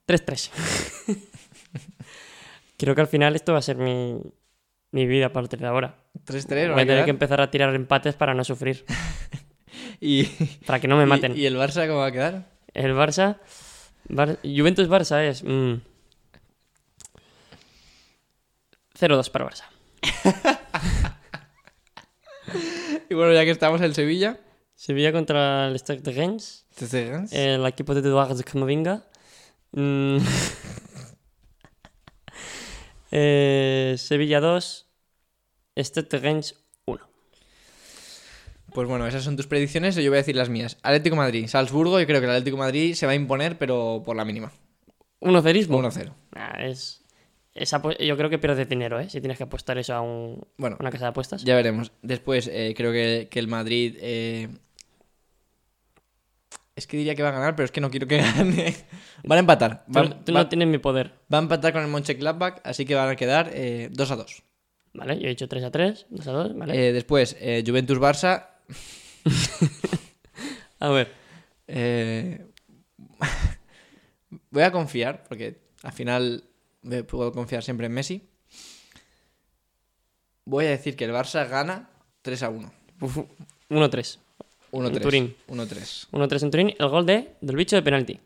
Speaker 2: 3-3. Creo que al final esto va a ser mi, mi vida a partir de ahora.
Speaker 1: 3-3,
Speaker 2: Voy a tener que
Speaker 1: quedar.
Speaker 2: empezar a tirar empates para no sufrir,
Speaker 1: Y,
Speaker 2: para que no me
Speaker 1: y-
Speaker 2: maten.
Speaker 1: ¿Y el Barça cómo va a quedar?
Speaker 2: El Barça, Bar- Juventus-Barça es mm, 0-2 para Barça.
Speaker 1: Y bueno, ya que estamos en Sevilla.
Speaker 2: Sevilla contra el Stade de Reims.
Speaker 1: ¿te cegas?
Speaker 2: El equipo de Eduardo Camavinga. Mm. Eh, Sevilla 2, Stade de Reims 1.
Speaker 1: Pues bueno, esas son tus predicciones y yo voy a decir las mías. Atlético de Madrid, Salzburgo, yo creo que el Atlético de Madrid se va a imponer, pero por la mínima.
Speaker 2: 1 cerismo.
Speaker 1: 1-0.
Speaker 2: Nah, es, es apu- yo creo que pierdes dinero, ¿eh? Si tienes que apostar eso a un-
Speaker 1: Bueno.
Speaker 2: una casa de apuestas.
Speaker 1: Ya veremos. Después, eh, creo que, que el Madrid. eh, Es que diría que va a ganar, pero es que no quiero que gane. Van a empatar.
Speaker 2: Tú-
Speaker 1: Va,
Speaker 2: tú
Speaker 1: va-
Speaker 2: no tienes mi poder.
Speaker 1: va a empatar con el Mönchengladbach, así que van a quedar eh, 2 a 2.
Speaker 2: ¿Vale? Yo he dicho 3 a 3, 2 a 2, ¿vale?
Speaker 1: Eh, después, eh, Juventus-Barça.
Speaker 2: a ver.
Speaker 1: eh, Voy a confiar, porque al final me puedo confiar siempre en Messi. Voy a decir que el Barça gana 3 a 1.
Speaker 2: 1-3.
Speaker 1: 1-3.
Speaker 2: Turín.
Speaker 1: 1-3.
Speaker 2: 1-3 en Turín. El gol de, del bicho de penalti.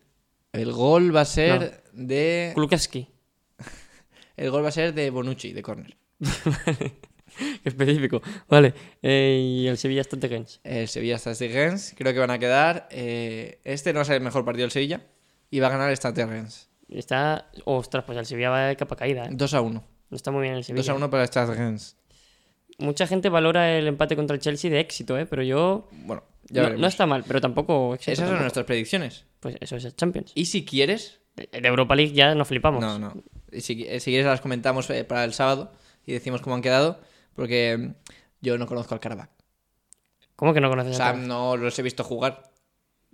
Speaker 1: El gol va a ser de.
Speaker 2: Kulukowski.
Speaker 1: El gol va a ser de Bonucci, de córner.
Speaker 2: Qué específico. Vale. Eh, y el Sevilla Stade de Reims.
Speaker 1: El Sevilla está Gens. Creo que van a quedar. eh, este no va a ser el mejor partido del Sevilla. Y va a ganar esta Gens.
Speaker 2: Está. Ostras, pues el Sevilla va de capa caída. ¿eh?
Speaker 1: 2 a 1.
Speaker 2: No está muy bien el Sevilla.
Speaker 1: 2 a 1 para esta Gens.
Speaker 2: Mucha gente valora el empate contra el Chelsea de éxito, ¿eh? Pero yo.
Speaker 1: Bueno, ya
Speaker 2: No, no
Speaker 1: veremos.
Speaker 2: está mal, pero tampoco. éxito
Speaker 1: Esas son
Speaker 2: tampoco.
Speaker 1: nuestras predicciones.
Speaker 2: Pues eso es el Champions.
Speaker 1: Y si quieres.
Speaker 2: De de Europa League ya nos flipamos.
Speaker 1: No, no. Y Si, qui- si quieres, las comentamos eh, para el sábado. Y decimos cómo han quedado. Porque mm, yo no conozco al Karabakh.
Speaker 2: ¿Cómo que no conoces a
Speaker 1: Sam no los he visto jugar.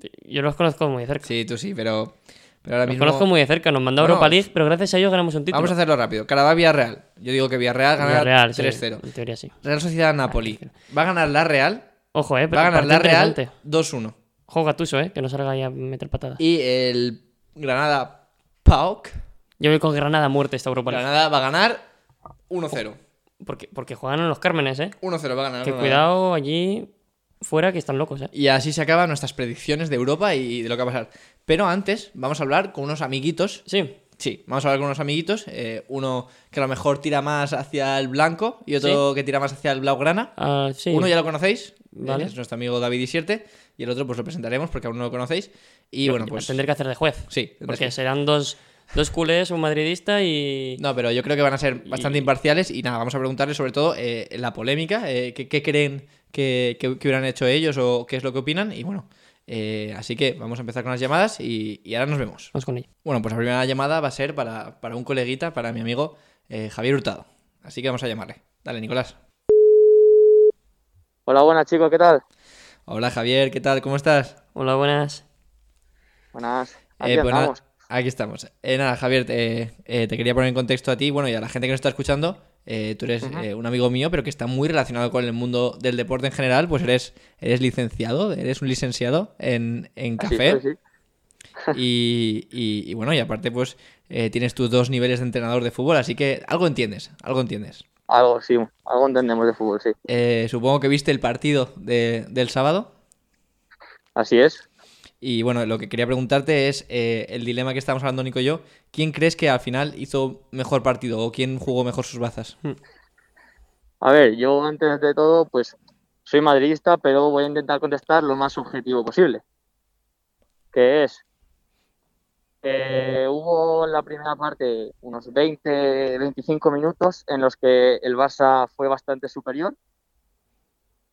Speaker 2: todos? Yo los conozco muy de cerca.
Speaker 1: Sí, tú sí, pero. Pero ahora
Speaker 2: los
Speaker 1: mismo.
Speaker 2: conozco muy de cerca. Nos mandó a
Speaker 1: Bueno,
Speaker 2: Europa
Speaker 1: es-
Speaker 2: League, pero gracias a ellos ganamos un título.
Speaker 1: Vamos a hacerlo rápido. Carabao Villarreal. Yo digo que Villarreal gana
Speaker 2: Villarreal, sí,
Speaker 1: 3-0.
Speaker 2: en teoría sí.
Speaker 1: Real Sociedad Napoli. Va a ganar la Real.
Speaker 2: Ojo, ¿eh?
Speaker 1: Va a ganar
Speaker 2: partido
Speaker 1: la Real
Speaker 2: interesante.
Speaker 1: 2-1.
Speaker 2: Ojo, Gattuso, ¿eh? Que no salga ahí a meter patadas.
Speaker 1: Y el Granada Pauk.
Speaker 2: Yo voy con Granada a muerte esta Europa League.
Speaker 1: Granada va a ganar 1-0.
Speaker 2: Porque, porque juegan en los Cármenes, ¿eh?
Speaker 1: 1-0 va a ganar.
Speaker 2: Que
Speaker 1: Granada.
Speaker 2: cuidado allí fuera que están locos, ¿eh?
Speaker 1: Y así se acaban nuestras predicciones de Europa y de lo que va a pasar. Pero antes vamos a hablar con unos amiguitos.
Speaker 2: Sí.
Speaker 1: Sí, vamos a hablar con unos amiguitos. eh, uno que a lo mejor tira más hacia el blanco y otro que tira más hacia el blaugrana.
Speaker 2: Ah, sí.
Speaker 1: Uno ya lo conocéis,
Speaker 2: Vale.
Speaker 1: es nuestro amigo David Isierte, y el otro pues lo presentaremos porque aún no lo conocéis. Y bueno, pues...
Speaker 2: Tendré que hacer de juez.
Speaker 1: Sí, tendrás
Speaker 2: Porque
Speaker 1: que-
Speaker 2: serán dos, dos culés, un madridista y.
Speaker 1: No, pero yo creo que van a ser bastante imparciales y nada, vamos a preguntarles sobre todo eh, la polémica, eh, qué, qué creen que, que- que hubieran hecho ellos o qué es lo que opinan y bueno, eh, así que vamos a empezar con las llamadas y, y ahora nos vemos.
Speaker 2: Vamos con ello.
Speaker 1: Bueno, pues la primera llamada va a ser para, para un coleguita, para mi amigo eh, Javier Hurtado. Así que vamos a llamarle. Dale, Nicolás.
Speaker 3: Hola, buenas chicos, ¿qué tal?
Speaker 1: Hola Javier, ¿qué tal? ¿Cómo estás?
Speaker 2: Hola, buenas.
Speaker 3: Buenas. Aquí
Speaker 1: Eh, pues nada,
Speaker 3: andamos.
Speaker 1: aquí estamos. Eh, nada, Javier, te, eh, te quería poner en contexto a ti, bueno, y a la gente que nos está escuchando. Eh, tú eres eh, un amigo mío, pero que está muy relacionado con el mundo del deporte en general. Pues eres, eres licenciado, eres un licenciado en, en
Speaker 3: Así
Speaker 1: café.
Speaker 3: estoy, sí.
Speaker 1: Y, y- y bueno, y aparte, pues eh, tienes tus dos niveles de entrenador de fútbol, así que algo entiendes, algo entiendes.
Speaker 3: Algo, sí, algo entendemos de fútbol, sí.
Speaker 1: Eh, supongo que viste el partido de- del sábado.
Speaker 3: Así es.
Speaker 1: Y bueno, lo que quería preguntarte es eh, el dilema que estábamos hablando Nico y yo. ¿Quién crees que al final hizo mejor partido o quién jugó mejor sus bazas?
Speaker 3: A ver, yo antes de todo, pues soy madridista, pero voy a intentar contestar lo más objetivo posible. Que es, eh, hubo en la primera parte unos 20, 25 minutos en los que el Barça fue bastante superior,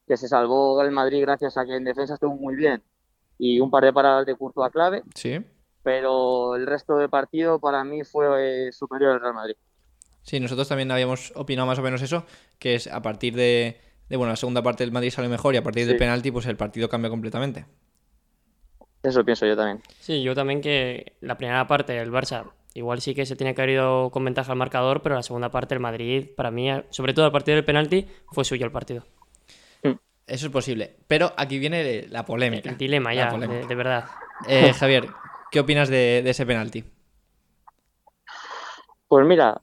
Speaker 3: que se salvó el Madrid gracias a que en defensa estuvo muy bien y un par de paradas de Courtois clave.
Speaker 1: Sí.
Speaker 3: pero el resto del partido para mí fue eh, superior al Real Madrid.
Speaker 1: Sí, nosotros también habíamos opinado más o menos eso, que es a partir de, de, bueno, la segunda parte del Madrid sale mejor y a partir del
Speaker 3: Sí.
Speaker 1: penalti pues el partido cambia completamente.
Speaker 3: Eso pienso yo también.
Speaker 2: Sí, yo también que la primera parte el Barça igual sí que se tenía que haber ido con ventaja al marcador, pero la segunda parte el Madrid, para mí, sobre todo a partir del penalti, fue suyo el partido.
Speaker 1: Eso es posible. Pero aquí viene la polémica.
Speaker 2: El dilema
Speaker 1: La
Speaker 2: ya,
Speaker 1: polémica.
Speaker 2: de, de verdad.
Speaker 1: Eh, Javier, ¿qué opinas de, de ese penalti?
Speaker 3: Pues mira,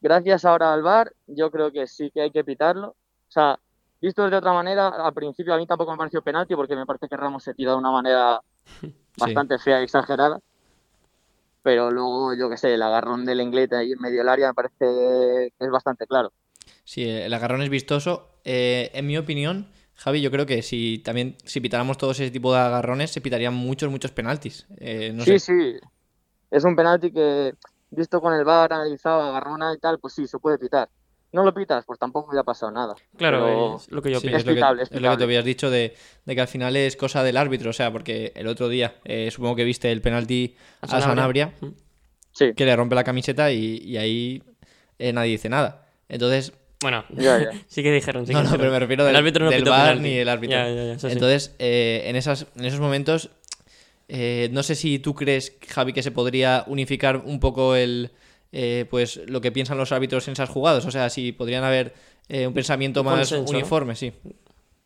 Speaker 3: gracias ahora al VAR, yo creo que sí que hay que pitarlo. O sea, visto de otra manera, al principio a mí tampoco me pareció penalti porque me parece que Ramos se tira de una manera bastante fea y exagerada. Pero luego, yo qué sé, el agarrón del inglés ahí en medio del área me parece que es bastante claro.
Speaker 1: Sí, el agarrón es vistoso. Eh, en mi opinión, Javi, yo creo que si también si pitáramos todos ese tipo de agarrones, se pitarían muchos, muchos penaltis. Eh, no sé.
Speaker 3: sí, sí. Es un penalti que, visto con el VAR, analizado, agarrona y tal, pues sí, se puede pitar. No lo pitas, pues tampoco hubiera pasado nada.
Speaker 2: Claro,
Speaker 3: Pero-
Speaker 2: es lo que yo
Speaker 1: Sí,
Speaker 2: pienso.
Speaker 1: es, lo que,
Speaker 3: pitable,
Speaker 1: es
Speaker 3: es
Speaker 1: lo que te
Speaker 3: pitable.
Speaker 1: habías dicho de, de que al final es cosa del árbitro, o sea, porque el otro día eh, supongo que viste el penalti
Speaker 2: A
Speaker 1: a
Speaker 2: Sanabria.
Speaker 1: Sanabria,
Speaker 3: Sí,
Speaker 1: que le rompe la camiseta y, y ahí eh, nadie dice nada. Entonces,
Speaker 2: Bueno,
Speaker 3: ya, ya.
Speaker 2: sí que dijeron. Sí
Speaker 1: no,
Speaker 2: que
Speaker 1: no,
Speaker 2: dijeron.
Speaker 1: pero me refiero
Speaker 2: El
Speaker 1: del,
Speaker 2: árbitro no
Speaker 1: del
Speaker 2: pitó
Speaker 1: VAR
Speaker 2: penalti.
Speaker 1: ni el árbitro.
Speaker 2: Ya, ya, ya, eso sí.
Speaker 1: Entonces, eh, en, esas, en esos momentos, eh, no sé si tú crees, Javi, que se podría unificar un poco el eh, pues lo que piensan los árbitros en esas jugadas. O sea, si podrían haber eh, un pensamiento
Speaker 2: Un
Speaker 1: más
Speaker 2: consenso, ¿no?
Speaker 1: uniforme, sí.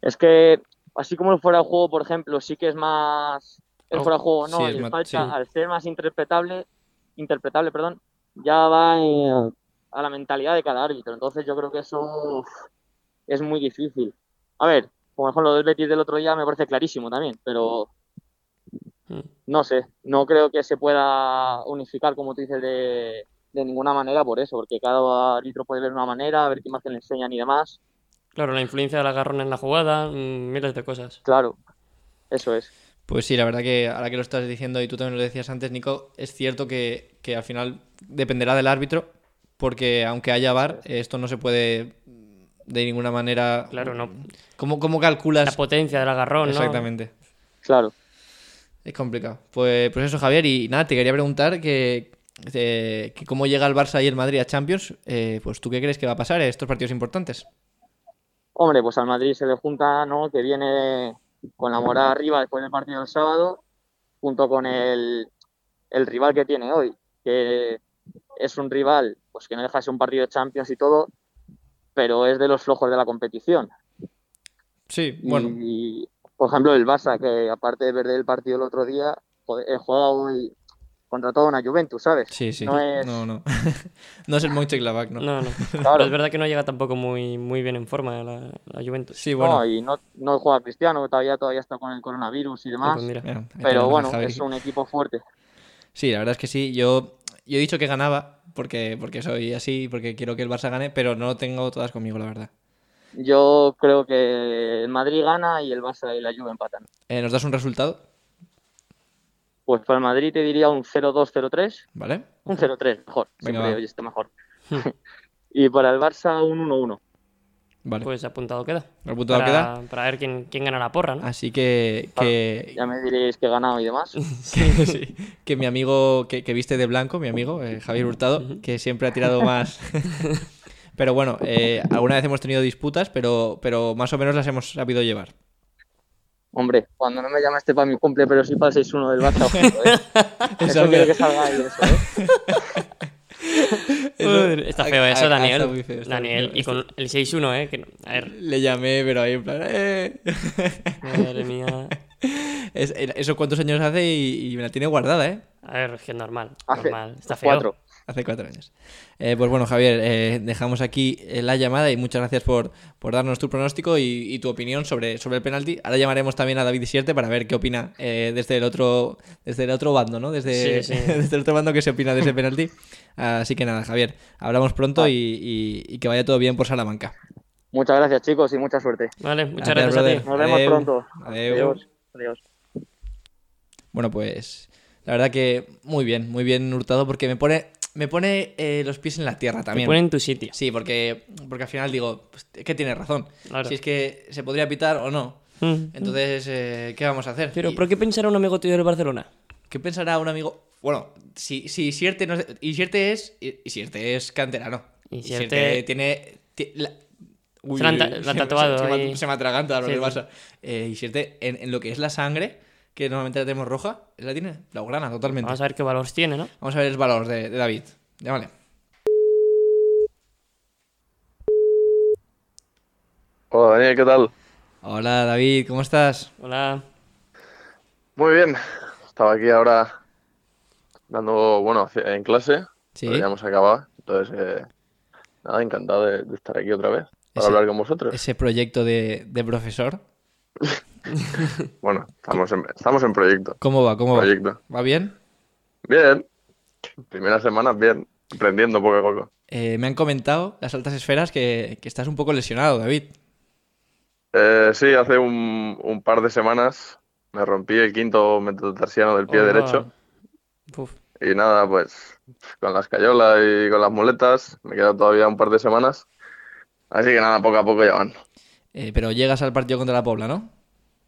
Speaker 3: Es que, así como el fuera de juego, por ejemplo, sí que es más. El
Speaker 2: Oh,
Speaker 3: fuera de juego, no,
Speaker 1: sí,
Speaker 3: y
Speaker 1: es
Speaker 3: el
Speaker 1: más-
Speaker 3: falta,
Speaker 1: sí.
Speaker 3: al ser más interpretable, interpretable, perdón, ya va eh, a la mentalidad de cada árbitro. Entonces, yo creo que eso uf, es muy difícil. A ver, como mejor lo del Betis del otro día me parece clarísimo también, pero
Speaker 1: Hmm.
Speaker 2: Mm.
Speaker 3: no sé, no creo que se pueda unificar, como tú dices, de, de ninguna manera por eso, porque cada árbitro puede ver de una manera, a ver qué imagen le enseñan y demás.
Speaker 2: Claro, la influencia del agarrón en la jugada, mm, miles de cosas.
Speaker 3: Claro, eso es.
Speaker 1: Pues sí, la verdad que ahora que lo estás diciendo y tú también lo decías antes, Nico, es cierto que, que al final dependerá del árbitro, porque aunque haya VAR, eh, esto no se puede de ninguna manera...
Speaker 2: Claro, no.
Speaker 1: ¿Cómo, cómo
Speaker 2: La
Speaker 1: calculas?
Speaker 2: potencia del agarrón, ¿no?
Speaker 1: Exactamente.
Speaker 3: Claro.
Speaker 1: Es complicado. Pues, pues eso, Javier. Y nada, te quería preguntar que, eh, que cómo llega el Barça y el Madrid a Champions. eh, pues tú qué crees que va a pasar en estos partidos importantes.
Speaker 3: Hombre, pues al Madrid se le junta, ¿no? Que viene con la morada arriba después del partido del sábado, junto con el, el rival que tiene hoy, que es un rival, pues que no deja de ser un partido de Champions y todo, pero es de los flojos de la competición.
Speaker 1: Sí,
Speaker 3: Y,
Speaker 1: bueno.
Speaker 3: por ejemplo, el Barça, que aparte de perder el partido el otro día, joder, eh, juega hoy contra toda una Juventus, ¿sabes?
Speaker 1: Sí, sí.
Speaker 3: No es...
Speaker 1: No, no. No es el Mönchengladbach, no.
Speaker 2: No, no.
Speaker 3: Claro.
Speaker 2: Pero es verdad que no llega tampoco muy, muy bien en forma la, la Juventus.
Speaker 1: Sí,
Speaker 3: no,
Speaker 1: bueno.
Speaker 3: y no, no juega Cristiano, que todavía, todavía está con el coronavirus y
Speaker 2: Ah,
Speaker 3: demás,
Speaker 2: pues mira.
Speaker 1: Mira, ahí tenemos
Speaker 3: pero
Speaker 1: a
Speaker 3: bueno,
Speaker 1: Javi.
Speaker 3: es un equipo fuerte.
Speaker 1: Sí, la verdad es que sí. Yo, yo he dicho que ganaba porque, porque soy así, porque quiero que el Barça gane, pero no tengo todas conmigo, la verdad.
Speaker 3: Yo creo que el Madrid gana y el Barça y la Juve empatan.
Speaker 1: Eh, ¿Nos das un resultado?
Speaker 3: Pues para el Madrid te diría un 0-2-0-3.
Speaker 1: ¿Vale?
Speaker 3: Un 0-3, mejor.
Speaker 1: Venga,
Speaker 3: siempre
Speaker 1: va. Hm.
Speaker 3: está mejor. y para el Barça un 1-1.
Speaker 1: Vale.
Speaker 2: Pues apuntado queda.
Speaker 1: Apuntado Ah,
Speaker 2: para, para ver quién, quién gana la porra, ¿no?
Speaker 1: Así que, que,
Speaker 3: Ya me diréis que he ganado y demás.
Speaker 1: Hm. que, sí, que mi amigo que, que viste de blanco, mi amigo eh, Javier Hurtado, que siempre ha tirado más. pero bueno, eh, alguna vez hemos tenido disputas, pero, pero más o menos las hemos sabido llevar.
Speaker 3: Hombre, cuando no me llamaste para mi cumple, pero sí para el 6-1 del Barça. joder.
Speaker 1: Eso,
Speaker 3: Eso quiero que salga ahí, eso, ¿eh?
Speaker 1: Eso-
Speaker 2: está feo eso,
Speaker 1: Ah, ah,
Speaker 2: Daniel.
Speaker 1: está muy feo, está muy
Speaker 2: Daniel,
Speaker 1: feo.
Speaker 2: y con el 6-1, ¿eh? Que no- A ver,
Speaker 1: Le llamé, pero ahí en plan. "Eh".
Speaker 2: madre mía.
Speaker 1: Es- ¿Eso cuántos años hace? Y, y me la tiene guardada, ¿eh?
Speaker 2: A ver, es que es normal.
Speaker 3: Hace
Speaker 2: normal. Está feo.
Speaker 3: Cuatro.
Speaker 1: Hace cuatro años. Eh, pues bueno, Javier, eh, dejamos aquí eh, la llamada y muchas gracias por, por darnos tu pronóstico y, y tu opinión sobre, sobre el penalti. Ahora llamaremos también a David Sierte para ver qué opina eh, desde, el otro, desde el otro bando, ¿no? Desde,
Speaker 2: Sí, sí.
Speaker 1: desde el otro bando qué se opina de ese penalti. Así que nada, Javier, hablamos pronto y, y- y que vaya todo bien por Salamanca.
Speaker 3: Muchas gracias, chicos, y mucha suerte.
Speaker 2: Vale, muchas gracias, a ti.
Speaker 1: brother.
Speaker 3: Nos vemos
Speaker 1: Adeu.
Speaker 3: pronto.
Speaker 1: Adeu.
Speaker 3: Adiós. Adiós.
Speaker 1: Bueno, pues la verdad que muy bien, muy bien Hurtado porque me pone, me pone eh, los pies en la tierra
Speaker 2: Te
Speaker 1: también.
Speaker 2: ponen en tu sitio.
Speaker 1: Sí, porque, porque al final digo, pues, es que tienes razón.
Speaker 2: Claro.
Speaker 1: Si es que se podría pitar o no.
Speaker 2: Mm.
Speaker 1: Entonces, eh, ¿qué vamos a hacer?
Speaker 2: Pero,
Speaker 1: Y-
Speaker 2: ¿por qué pensará un amigo tuyo del Barcelona?
Speaker 1: ¿Qué pensará un amigo? Bueno, si, si Sierte no es... Y Sierte es... Y y Sierte es canterano.
Speaker 2: Y
Speaker 1: Y
Speaker 2: Sierte-
Speaker 1: Sierte tiene... ti- la... Uy,
Speaker 2: Se la han ta-
Speaker 1: uy, uy,
Speaker 2: la
Speaker 1: se
Speaker 2: han
Speaker 1: me-
Speaker 2: tatuado
Speaker 1: se, me-
Speaker 2: ahí.
Speaker 1: se me atraganta hablar
Speaker 2: Sí,
Speaker 1: del
Speaker 2: sí.
Speaker 1: Barça. Eh, y Sierte, en, en lo que es la sangre, que normalmente la tenemos roja, él la tiene blaugrana totalmente.
Speaker 2: Vamos
Speaker 1: Vamos
Speaker 2: a ver qué valores tiene, ¿no?
Speaker 1: a, ver el valor de, de David. Llámale.
Speaker 4: Hola Daniel, ¿qué tal?
Speaker 1: Hola, David, ¿cómo estás?
Speaker 2: Hola.
Speaker 4: Muy bien. Estaba aquí ahora dando, bueno, hace- en clase,
Speaker 1: Sí.
Speaker 4: pero ya hemos acabado. Entonces, eh, nada, encantado de, de estar aquí otra vez para
Speaker 1: Ese-
Speaker 4: hablar con vosotros.
Speaker 1: Ese proyecto de, de profesor.
Speaker 4: Bueno, estamos en, estamos en proyecto.
Speaker 1: ¿Cómo va? ¿Cómo va?
Speaker 4: Proyecto.
Speaker 1: ¿Va bien?
Speaker 4: Bien. Primeras semanas, bien. Aprendiendo poco a poco.
Speaker 1: Eh, me han comentado las altas esferas que, que estás un poco lesionado, David.
Speaker 4: Eh, sí, hace un, un par de semanas me rompí el quinto metatarsiano del pie
Speaker 2: Hola.
Speaker 4: derecho.
Speaker 2: Uf,
Speaker 4: Y nada, pues con las cayolas y con las muletas me queda todavía un par de semanas. Así que nada, poco a poco ya van.
Speaker 1: Eh, pero llegas al partido contra la Pobla, ¿no?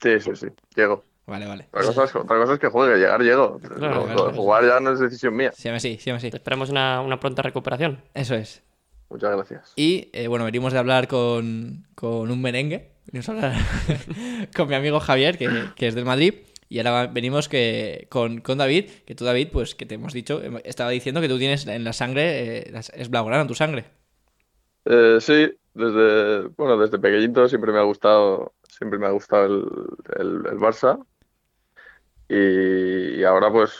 Speaker 4: Sí, sí, sí, llego.
Speaker 1: Vale, vale.
Speaker 4: Otra cosa es, otra cosa es que juegue, llegar llego.
Speaker 2: Claro,
Speaker 4: Lo-
Speaker 1: claro,
Speaker 4: lo de
Speaker 1: claro.
Speaker 4: jugar ya no es decisión mía.
Speaker 1: Se llama así, se llama así.
Speaker 2: te esperamos una, una pronta recuperación.
Speaker 1: Eso es.
Speaker 4: Muchas gracias.
Speaker 1: Y eh, bueno, venimos de hablar con, con un merengue. Venimos a hablar con mi amigo Javier, que, que es del Madrid. Y ahora va- venimos que, con, con David, que tú, David, pues que te hemos dicho, em- estaba diciendo que tú tienes en la sangre, eh, las- es blaugrana tu sangre.
Speaker 4: Eh, sí, desde, bueno, desde pequeñito siempre me ha gustado, siempre me ha gustado el, el- el Barça. Y, y ahora pues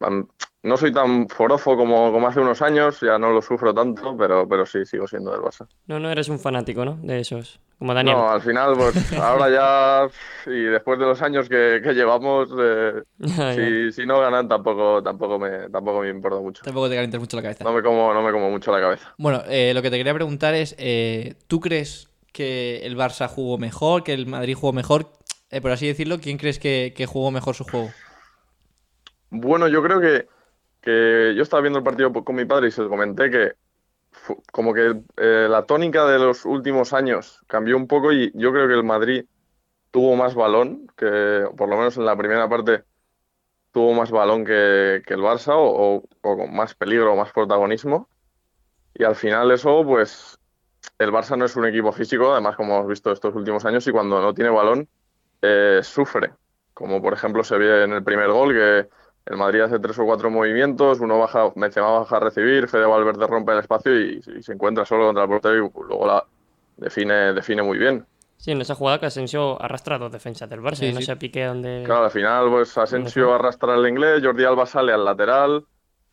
Speaker 4: am- no soy tan forofo como, como hace unos años, ya no lo sufro tanto, pero, pero sí, sigo siendo del Barça.
Speaker 2: No, no eres un fanático, ¿no? De esos. Como Daniel.
Speaker 4: No, al final, pues ahora ya, y después de los años que, que llevamos, eh,
Speaker 2: Ya, ya.
Speaker 4: si, si no ganan tampoco, tampoco me, tampoco me importa mucho.
Speaker 1: Tampoco te calientes mucho la cabeza.
Speaker 4: No me como, no me como mucho la cabeza.
Speaker 1: Bueno, eh, lo que te quería preguntar es, eh, ¿tú crees que el Barça jugó mejor, que el Madrid jugó mejor? Eh, por así decirlo, ¿quién crees que, que jugó mejor su juego?
Speaker 4: Bueno, yo creo que, que yo estaba viendo el partido con mi padre y se lo comenté que fu- como que eh, la tónica de los últimos años cambió un poco y yo creo que el Madrid tuvo más balón, que por lo menos en la primera parte tuvo más balón que, que el Barça o, o- o con más peligro, más protagonismo. Y al final eso, pues el Barça no es un equipo físico, además como hemos visto estos últimos años y cuando no tiene balón eh, sufre, como por ejemplo se ve en el primer gol que... El Madrid hace tres o cuatro movimientos, uno baja, Benzema baja a recibir, Fede Valverde rompe el espacio y, y se encuentra solo contra el portero y luego la define, define muy bien.
Speaker 2: Sí, en esa jugada que Asensio arrastra dos defensas del Barça.
Speaker 1: Sí,
Speaker 2: y no
Speaker 1: sí.
Speaker 2: sé a Piqué dónde...
Speaker 4: Claro, al final pues Asensio arrastra al inglés, Jordi Alba sale al lateral,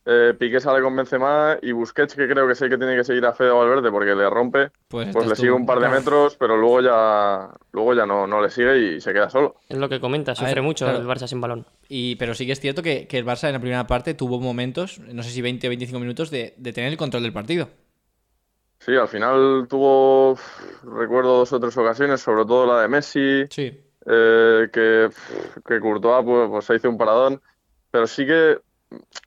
Speaker 4: eh, Piqué sale con Benzema y Busquets, que creo que es el que tiene que seguir a Fede Valverde porque le rompe,
Speaker 1: Pues,
Speaker 4: pues
Speaker 1: estás
Speaker 4: le
Speaker 1: tú-
Speaker 4: sigue un par de metros, pero luego ya, luego ya no, no le sigue y se queda solo.
Speaker 2: Es lo que comenta, sufre
Speaker 1: ver,
Speaker 2: mucho
Speaker 1: claro.
Speaker 2: el Barça sin balón.
Speaker 1: Y, pero sí que es cierto que, que el Barça en la primera parte tuvo momentos, no sé si 20 o 25 minutos, de, de tener el control del partido.
Speaker 4: Sí, al final tuvo, uf, recuerdo dos o tres ocasiones, sobre todo la de Messi.
Speaker 1: Sí.
Speaker 4: eh, que, que Courtois pues, pues, se hizo un paradón, pero sí que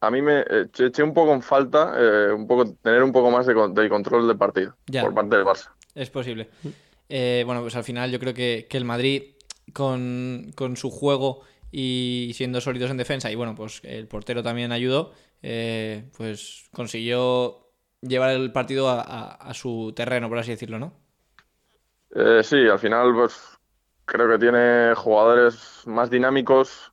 Speaker 4: a mí me eh, eché eché un poco en falta eh, un poco, tener un poco más de, con- del control del partido
Speaker 1: Ya.
Speaker 4: por parte del Barça.
Speaker 1: Es posible. Eh, bueno, pues al final yo creo que, que el Madrid, con, con su juego y siendo sólidos en defensa, y bueno, pues el portero también ayudó, eh, pues consiguió llevar el partido a, a- a su terreno, por así decirlo, ¿no?
Speaker 4: Eh, sí, al final pues creo que tiene jugadores más dinámicos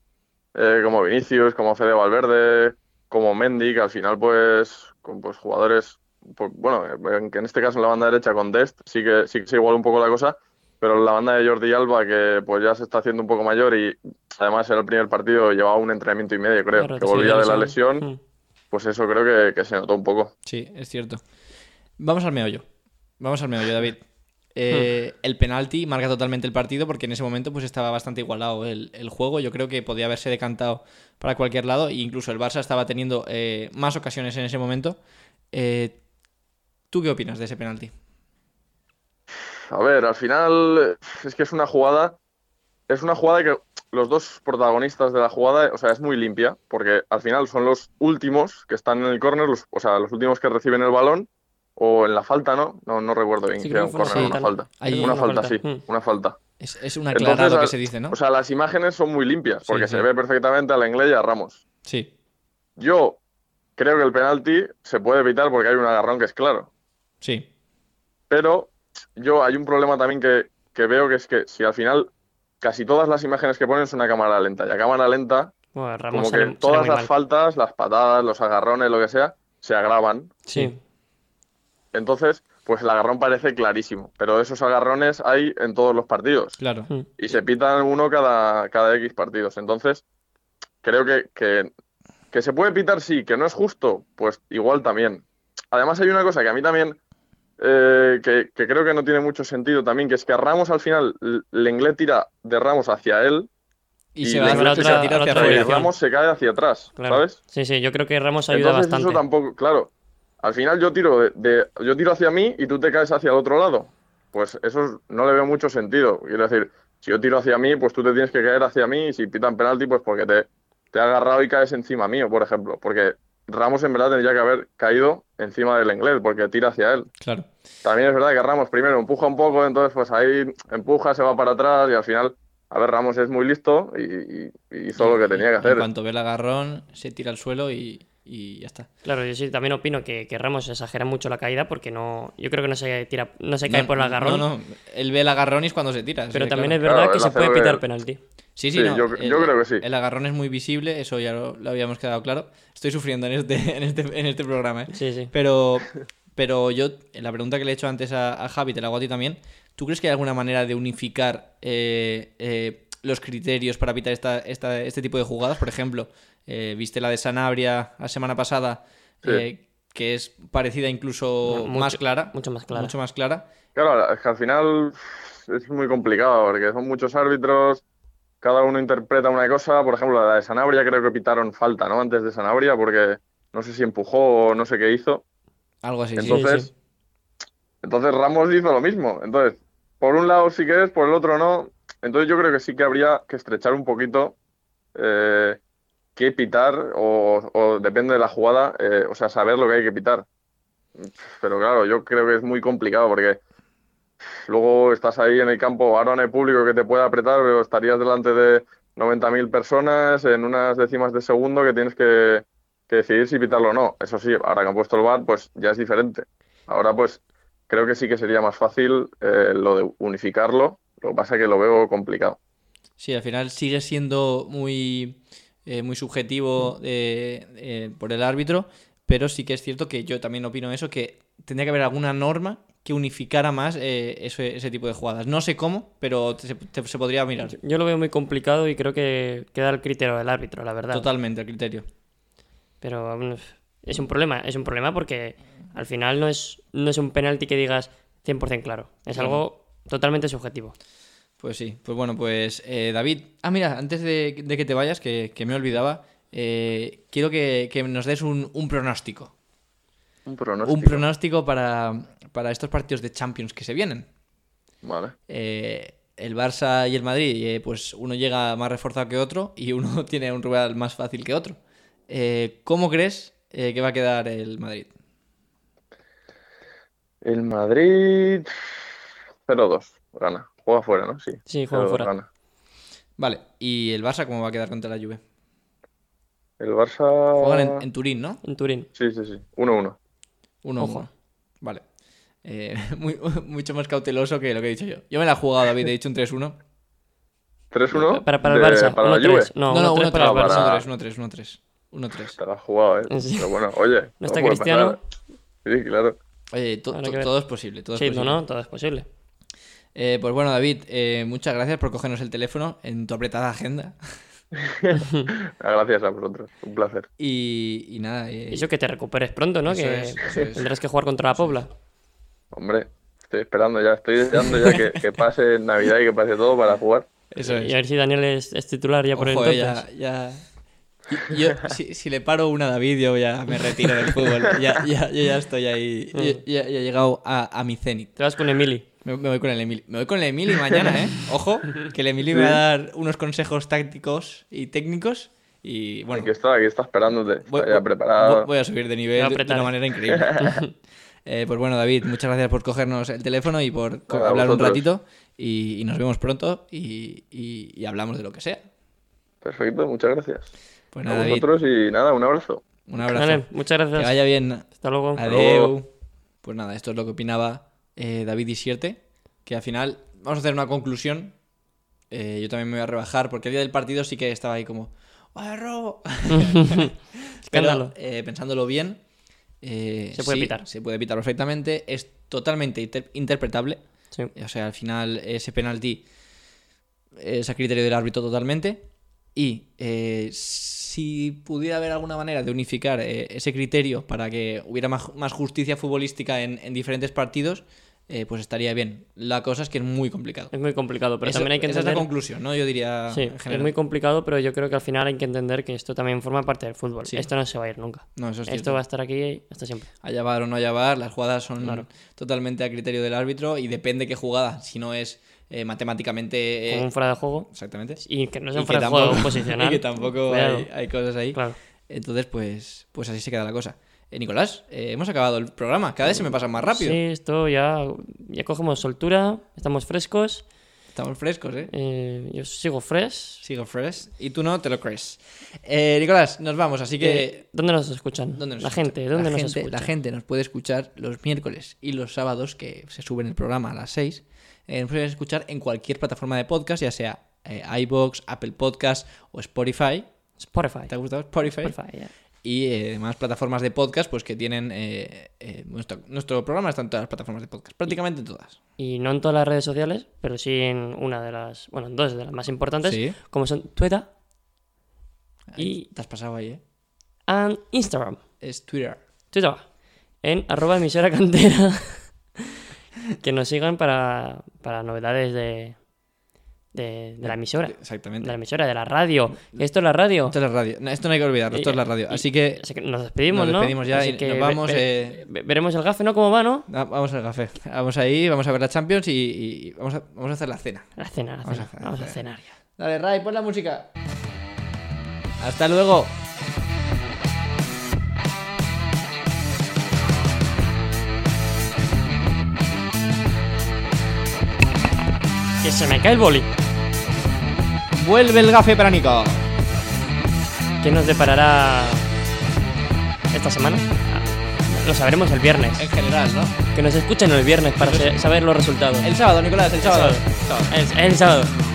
Speaker 4: eh, como Vinicius, como Fede Valverde, como Mendy, que al final pues con pues, jugadores pues, bueno, en, que en este caso en la banda derecha con Dest sí que sí que se iguala un poco la cosa, pero en la banda de Jordi Alba que pues ya se está haciendo un poco mayor y además en el primer partido llevaba un entrenamiento y medio creo,
Speaker 2: Claro,
Speaker 4: que
Speaker 2: sí,
Speaker 4: volvía de la
Speaker 2: sí.
Speaker 4: lesión
Speaker 2: Mm.
Speaker 4: pues eso creo que, que se notó un poco.
Speaker 1: Sí, es cierto. Vamos al meollo. Vamos al meollo, David. Eh, el penalti marca totalmente el partido porque en ese momento pues estaba bastante igualado el, el juego. Yo creo que podía haberse decantado para cualquier lado. E incluso el Barça estaba teniendo eh, más ocasiones en ese momento. Eh, ¿Tú qué opinas de ese penalti?
Speaker 4: A ver, al final es que es una jugada. Es una jugada que los dos protagonistas de la jugada, o sea, es muy limpia, porque al final son los últimos que están en el córner, los- o sea, los últimos que reciben el balón, o en la falta, ¿no? No, no recuerdo bien
Speaker 2: Sí,
Speaker 4: si
Speaker 2: creo que
Speaker 4: era un
Speaker 2: fue una
Speaker 4: córner o una
Speaker 2: falta.
Speaker 4: falta.
Speaker 1: Ahí-
Speaker 4: una
Speaker 2: Una
Speaker 4: falta,
Speaker 2: falta,
Speaker 4: sí,
Speaker 2: mm.
Speaker 4: una falta.
Speaker 1: Es, es un
Speaker 4: Entonces,
Speaker 1: aclarado que
Speaker 4: al- pues
Speaker 1: se dice, ¿no?
Speaker 4: O sea, las imágenes son muy limpias,
Speaker 1: Sí,
Speaker 4: porque
Speaker 1: sí.
Speaker 4: se ve perfectamente a la inglesa y a Ramos.
Speaker 1: sí.
Speaker 4: Yo creo que el penalti se puede evitar porque hay un agarrón que es claro.
Speaker 1: Sí,
Speaker 4: Pero yo hay un problema también que, que veo que es que si al final casi todas las imágenes que ponen son a cámara lenta y a cámara lenta,
Speaker 2: Bueno, Ramos
Speaker 4: como
Speaker 2: sale,
Speaker 4: que
Speaker 2: sale
Speaker 4: todas
Speaker 2: muy
Speaker 4: las
Speaker 2: mal.
Speaker 4: faltas, las patadas, los agarrones, lo que sea, se agravan.
Speaker 2: Sí.
Speaker 4: Entonces, pues el agarrón parece clarísimo, pero esos agarrones hay en todos los partidos
Speaker 1: claro.
Speaker 2: Mm.
Speaker 4: y se pitan uno cada, cada X partidos. Entonces, creo que, que, que se puede pitar, sí, que no es justo, pues igual también. Además, hay una cosa que a mí también, eh, que, que creo que no tiene mucho sentido también, que es que a Ramos al final, L- Lenglet tira de Ramos hacia él
Speaker 1: Y,
Speaker 4: Y
Speaker 1: se va
Speaker 4: la
Speaker 1: hacia
Speaker 4: otra-
Speaker 1: atrás, se tira hacia
Speaker 2: la otra
Speaker 4: y
Speaker 1: afuera.
Speaker 2: dirección.
Speaker 4: Ramos se cae hacia atrás,
Speaker 2: Claro.
Speaker 4: ¿sabes?
Speaker 2: Sí, sí, yo creo que Ramos ayuda
Speaker 4: Entonces
Speaker 2: bastante.
Speaker 4: eso tampoco, claro. Al final yo tiro de, de- yo tiro hacia mí y tú te caes hacia el otro lado. Pues eso es- no le veo mucho sentido. Quiero decir, si yo tiro hacia mí, pues tú te tienes que caer hacia mí y si pitan penalti, pues porque te, te ha agarrado y caes encima mío, por ejemplo. Porque Ramos en verdad tendría que haber caído encima del inglés porque tira hacia él.
Speaker 1: Claro.
Speaker 4: También es verdad que Ramos primero empuja un poco, entonces pues ahí empuja, se va para atrás y al final, a ver, Ramos es muy listo y, y- y hizo lo que tenía que
Speaker 1: En
Speaker 4: hacer.
Speaker 1: cuanto ve el agarrón, se tira al suelo y, y ya está.
Speaker 2: Claro, yo sí también opino que, que Ramos exagera mucho la caída porque no, yo creo que no se tira, no se cae
Speaker 1: No,
Speaker 2: por el agarrón,
Speaker 1: No, no, él ve el agarrón y es cuando se tira.
Speaker 2: pero
Speaker 1: sí,
Speaker 2: también
Speaker 1: claro.
Speaker 2: es verdad
Speaker 4: Claro,
Speaker 2: que
Speaker 4: él
Speaker 2: se
Speaker 4: hace
Speaker 2: puede
Speaker 4: ver-
Speaker 2: pitar penalti.
Speaker 1: Sí, sí,
Speaker 4: Sí,
Speaker 1: no,
Speaker 4: yo- yo creo que sí.
Speaker 1: El agarrón es muy visible, eso ya lo, lo habíamos quedado claro. Estoy sufriendo en este, en este, en este programa, ¿eh?
Speaker 2: Sí, sí.
Speaker 1: Pero, pero yo, la pregunta que le he hecho antes a, a Javi, te la hago a ti también. ¿Tú crees que hay alguna manera de unificar eh, eh, los criterios para evitar esta, esta- este tipo de jugadas? Por ejemplo, eh, viste la de Sanabria la semana pasada,
Speaker 4: Sí.
Speaker 1: eh, que es parecida incluso
Speaker 2: Mucho-
Speaker 1: más clara.
Speaker 2: mucho más clara.
Speaker 1: Mucho más clara.
Speaker 4: Claro, es que al final es muy complicado, porque son muchos árbitros, cada uno interpreta una cosa. Por ejemplo, la de Sanabria creo que pitaron falta, ¿no? Antes de Sanabria, porque no sé si empujó o no sé qué hizo.
Speaker 1: Algo así. sí.
Speaker 4: Entonces, entonces Ramos hizo lo mismo. Entonces, por un lado sí que es, por el otro no. Entonces yo creo que sí que habría que estrechar un poquito eh, qué pitar o, o depende de la jugada, eh, o sea, saber lo que hay que pitar. Pero claro, yo creo que es muy complicado porque luego estás ahí en el campo, ahora no hay público que te pueda apretar, pero estarías delante de 90.000 personas en unas décimas de segundo que tienes que, que decidir si pitarlo o no. Eso sí, ahora que han puesto el VAR, pues ya es diferente. Ahora pues creo que sí que sería más fácil eh, lo de unificarlo. Lo que pasa es que lo veo complicado.
Speaker 1: Sí, al final sigue siendo muy, eh, muy subjetivo eh, eh, por el árbitro, pero sí que es cierto que yo también opino eso, que tendría que haber alguna norma que unificara más eh, ese, ese tipo de jugadas. No sé cómo, pero se, te- se podría mirar
Speaker 2: Yo lo veo muy complicado y creo que queda al criterio del árbitro, la verdad.
Speaker 1: totalmente el criterio.
Speaker 2: Pero mm, es un problema, es un problema porque al final no es, no es un penalti que digas 100% claro. Es
Speaker 1: Claro.
Speaker 2: algo totalmente subjetivo.
Speaker 1: Pues sí, pues bueno, pues eh, David, ah mira, antes de, de que te vayas, que, que me olvidaba, eh, quiero que, que nos des un, un pronóstico.
Speaker 4: Un pronóstico.
Speaker 1: Un pronóstico para, para estos partidos de Champions que se vienen.
Speaker 4: Vale.
Speaker 1: Eh, el Barça y el Madrid, eh, pues uno llega más reforzado que otro y uno tiene un rival más fácil que otro. Eh, ¿Cómo crees eh, que va a quedar el Madrid?
Speaker 4: El Madrid 0-2 gana. Juega fuera, ¿no? Sí.
Speaker 2: Sí, juega
Speaker 4: 0-2
Speaker 2: fuera.
Speaker 4: gana.
Speaker 1: Vale, ¿y el Barça cómo va a quedar contra la Juve?
Speaker 4: El Barça
Speaker 1: Juegan en, en Turín, ¿no?
Speaker 2: En Turín.
Speaker 4: Sí, sí, sí. 1-1.
Speaker 1: Uno, a
Speaker 2: Ojo.
Speaker 1: uno. Vale. Eh, muy- mucho más cauteloso que lo que he dicho yo. Yo me la he jugado, David, he dicho un 3-1.
Speaker 4: 3-1
Speaker 2: Para, para el
Speaker 4: de-
Speaker 2: Barça.
Speaker 4: para la
Speaker 2: 1-3.
Speaker 4: Juve.
Speaker 2: No, 1-3
Speaker 1: 1-3,
Speaker 2: para el Barça.
Speaker 4: Barça.
Speaker 1: 1-3, 1-3, 1-3.
Speaker 4: Te la has jugado, ¿eh?
Speaker 2: Sí.
Speaker 4: Pero bueno, oye.
Speaker 2: No está
Speaker 4: puede
Speaker 2: Cristiano.
Speaker 4: pasar. Sí, claro.
Speaker 1: Oye, Eh, to-
Speaker 2: Habrá
Speaker 1: to-
Speaker 2: que ver.
Speaker 1: todo es posible. Todo es
Speaker 2: Sí, no,
Speaker 1: posible.
Speaker 2: no, todo es posible.
Speaker 1: Eh, pues bueno, David, eh, muchas gracias por cogernos el teléfono en tu apretada agenda.
Speaker 4: Ah, Gracias a vosotros, un placer.
Speaker 1: Y, y nada. eh,
Speaker 2: Eso que te recuperes pronto, ¿no?
Speaker 1: Eso
Speaker 2: que
Speaker 1: es, eso es.
Speaker 2: tendrás que jugar contra la Pobla.
Speaker 4: Hombre, estoy esperando ya, estoy deseando ya que, que pase Navidad y que pase todo para jugar.
Speaker 1: eso es.
Speaker 2: Y a ver si Daniel es, es titular ya por
Speaker 1: Ojo, eh,
Speaker 2: entonces.
Speaker 1: ya, ya- y- Yo, si, si le paro una a David, yo ya me retiro del fútbol. Ya, ya, yo ya estoy ahí.
Speaker 2: Mm.
Speaker 1: Yo- ya, ya he llegado a, a mi cenit.
Speaker 2: Te vas con Emily.
Speaker 1: Me, me voy con el Emili. Me voy con el Emili mañana, ¿eh? Ojo, que el Emili me va a dar unos consejos tácticos y técnicos. Y bueno,
Speaker 4: Aquí está, aquí está esperándote, está
Speaker 1: voy,
Speaker 4: ya
Speaker 1: voy-
Speaker 4: preparado.
Speaker 1: voy a subir de
Speaker 2: Te va
Speaker 1: nivel
Speaker 2: a
Speaker 1: de- de
Speaker 2: apretar.
Speaker 1: una manera increíble. Eh, pues bueno, David, muchas gracias por cogernos el teléfono y por co-
Speaker 4: Nada,
Speaker 1: hablar un
Speaker 4: vosotros.
Speaker 1: ratito. Y, y nos vemos pronto y, y- y hablamos de lo que sea.
Speaker 4: Perfecto, muchas gracias.
Speaker 1: Pues
Speaker 4: a
Speaker 1: nada, David,
Speaker 4: vosotros y nada, un abrazo.
Speaker 1: un abrazo.
Speaker 2: Daniel, muchas
Speaker 1: Que
Speaker 2: gracias.
Speaker 1: vaya bien.
Speaker 2: Hasta luego.
Speaker 1: Adeu. Pues nada, esto es lo que opinaba eh, David Isierte, que al final vamos a hacer una conclusión. Eh, yo también me voy a rebajar, porque el día del partido sí que estaba ahí como, ¡Ay, robo! Pero
Speaker 2: Escándalo.
Speaker 1: eh, pensándolo bien, eh,
Speaker 2: Se puede
Speaker 1: sí,
Speaker 2: pitar.
Speaker 1: Se puede pitar perfectamente, es totalmente inter- interpretable.
Speaker 2: Sí.
Speaker 1: O sea, al final ese penalti es a criterio del árbitro totalmente. Y eh, si pudiera haber alguna manera de unificar eh, ese criterio para que hubiera más, más justicia futbolística en, en diferentes partidos, eh, pues estaría bien. La cosa es que es muy complicado.
Speaker 2: Es muy complicado, pero
Speaker 1: Eso-
Speaker 2: también hay que
Speaker 1: esa es
Speaker 2: entender...
Speaker 1: la conclusión, ¿no? Yo diría
Speaker 2: Sí,
Speaker 1: en
Speaker 2: es
Speaker 1: general.
Speaker 2: muy complicado, pero yo creo que al final hay que entender que esto también forma parte del fútbol.
Speaker 1: Sí.
Speaker 2: Esto no se va a ir nunca.
Speaker 1: No, eso es
Speaker 2: esto
Speaker 1: cierto.
Speaker 2: va a estar aquí hasta siempre.
Speaker 1: a llevar o no a llevar, las jugadas son
Speaker 2: Claro.
Speaker 1: totalmente a criterio del árbitro y depende qué jugada, si no es eh, matemáticamente... eh,
Speaker 2: Como un fuera de juego.
Speaker 1: Exactamente.
Speaker 2: Y que no sea
Speaker 1: Y
Speaker 2: un
Speaker 1: que
Speaker 2: fuera de juego
Speaker 1: tampoco-
Speaker 2: posicional.
Speaker 1: y que tampoco
Speaker 2: Cuidado.
Speaker 1: hay, hay cosas ahí.
Speaker 2: Claro.
Speaker 1: Entonces, pues, pues así se queda la cosa. Eh, Nicolás, eh, hemos acabado el programa. Cada vez se me pasa más rápido.
Speaker 2: Sí, esto ya, ya cogemos soltura, estamos frescos.
Speaker 1: Estamos frescos, ¿eh?
Speaker 2: eh, yo sigo fresh.
Speaker 1: Sigo fresh. Y tú no te lo crees. Eh, Nicolás, nos vamos. Así que
Speaker 2: Eh, ¿Dónde nos escuchan?
Speaker 1: ¿Dónde nos
Speaker 2: la
Speaker 1: escucha?
Speaker 2: gente, ¿dónde
Speaker 1: la
Speaker 2: nos
Speaker 1: gente,
Speaker 2: escucha?
Speaker 1: La gente nos puede escuchar los miércoles y los sábados, que se sube el programa a las 6. Eh, nos puede escuchar en cualquier plataforma de podcast, ya sea eh, iBox, Apple Podcast o Spotify.
Speaker 2: Spotify.
Speaker 1: ¿Te ha gustado Spotify?
Speaker 2: Spotify, ya.
Speaker 1: Y eh, demás plataformas de podcast, pues que tienen. eh, eh, nuestro, nuestro programa está en todas las plataformas de podcast, prácticamente en todas.
Speaker 2: Y no en todas las redes sociales, pero sí en una de las, bueno, en dos de las más importantes,
Speaker 1: Sí.
Speaker 2: como son Twitter
Speaker 1: Ahí
Speaker 2: y
Speaker 1: Te has pasado ahí, ¿eh?
Speaker 2: and Instagram.
Speaker 1: Es Twitter.
Speaker 2: Twitter, en arroba emisora cantera. que nos sigan para, para novedades de, de, de la emisora. De
Speaker 1: Exactamente.
Speaker 2: la emisora, de la radio. Esto es la radio.
Speaker 1: Esto es la radio. No, esto no hay que olvidarlo, esto es la radio.
Speaker 2: Y-
Speaker 1: Así que.
Speaker 2: así que nos despedimos,
Speaker 1: nos
Speaker 2: ¿no?
Speaker 1: despedimos ya
Speaker 2: Así
Speaker 1: y
Speaker 2: que
Speaker 1: nos
Speaker 2: ve-
Speaker 1: vamos,
Speaker 2: ve-
Speaker 1: eh,
Speaker 2: ve- veremos el gafe, ¿no? ¿Cómo va, no?
Speaker 1: Ah, Vamos al café. Vamos ahí, vamos a ver la Champions y, y vamos, a, vamos a hacer la cena.
Speaker 2: A cenar, a
Speaker 1: Vamos a
Speaker 2: cenar.
Speaker 1: cenar,
Speaker 2: Vamos a
Speaker 1: sí.
Speaker 2: cenar ya.
Speaker 1: Dale, Ray, pon la música. Hasta luego.
Speaker 2: Que se me cae el boli.
Speaker 1: Vuelve el gafe para Nico.
Speaker 2: ¿Qué nos deparará esta semana? Ah, Lo sabremos el viernes.
Speaker 1: En general, ¿no?
Speaker 2: Que nos escuchen el viernes para se- saber los resultados.
Speaker 1: El sábado, Nicolás, el sábado.
Speaker 2: sábado. El- el sábado.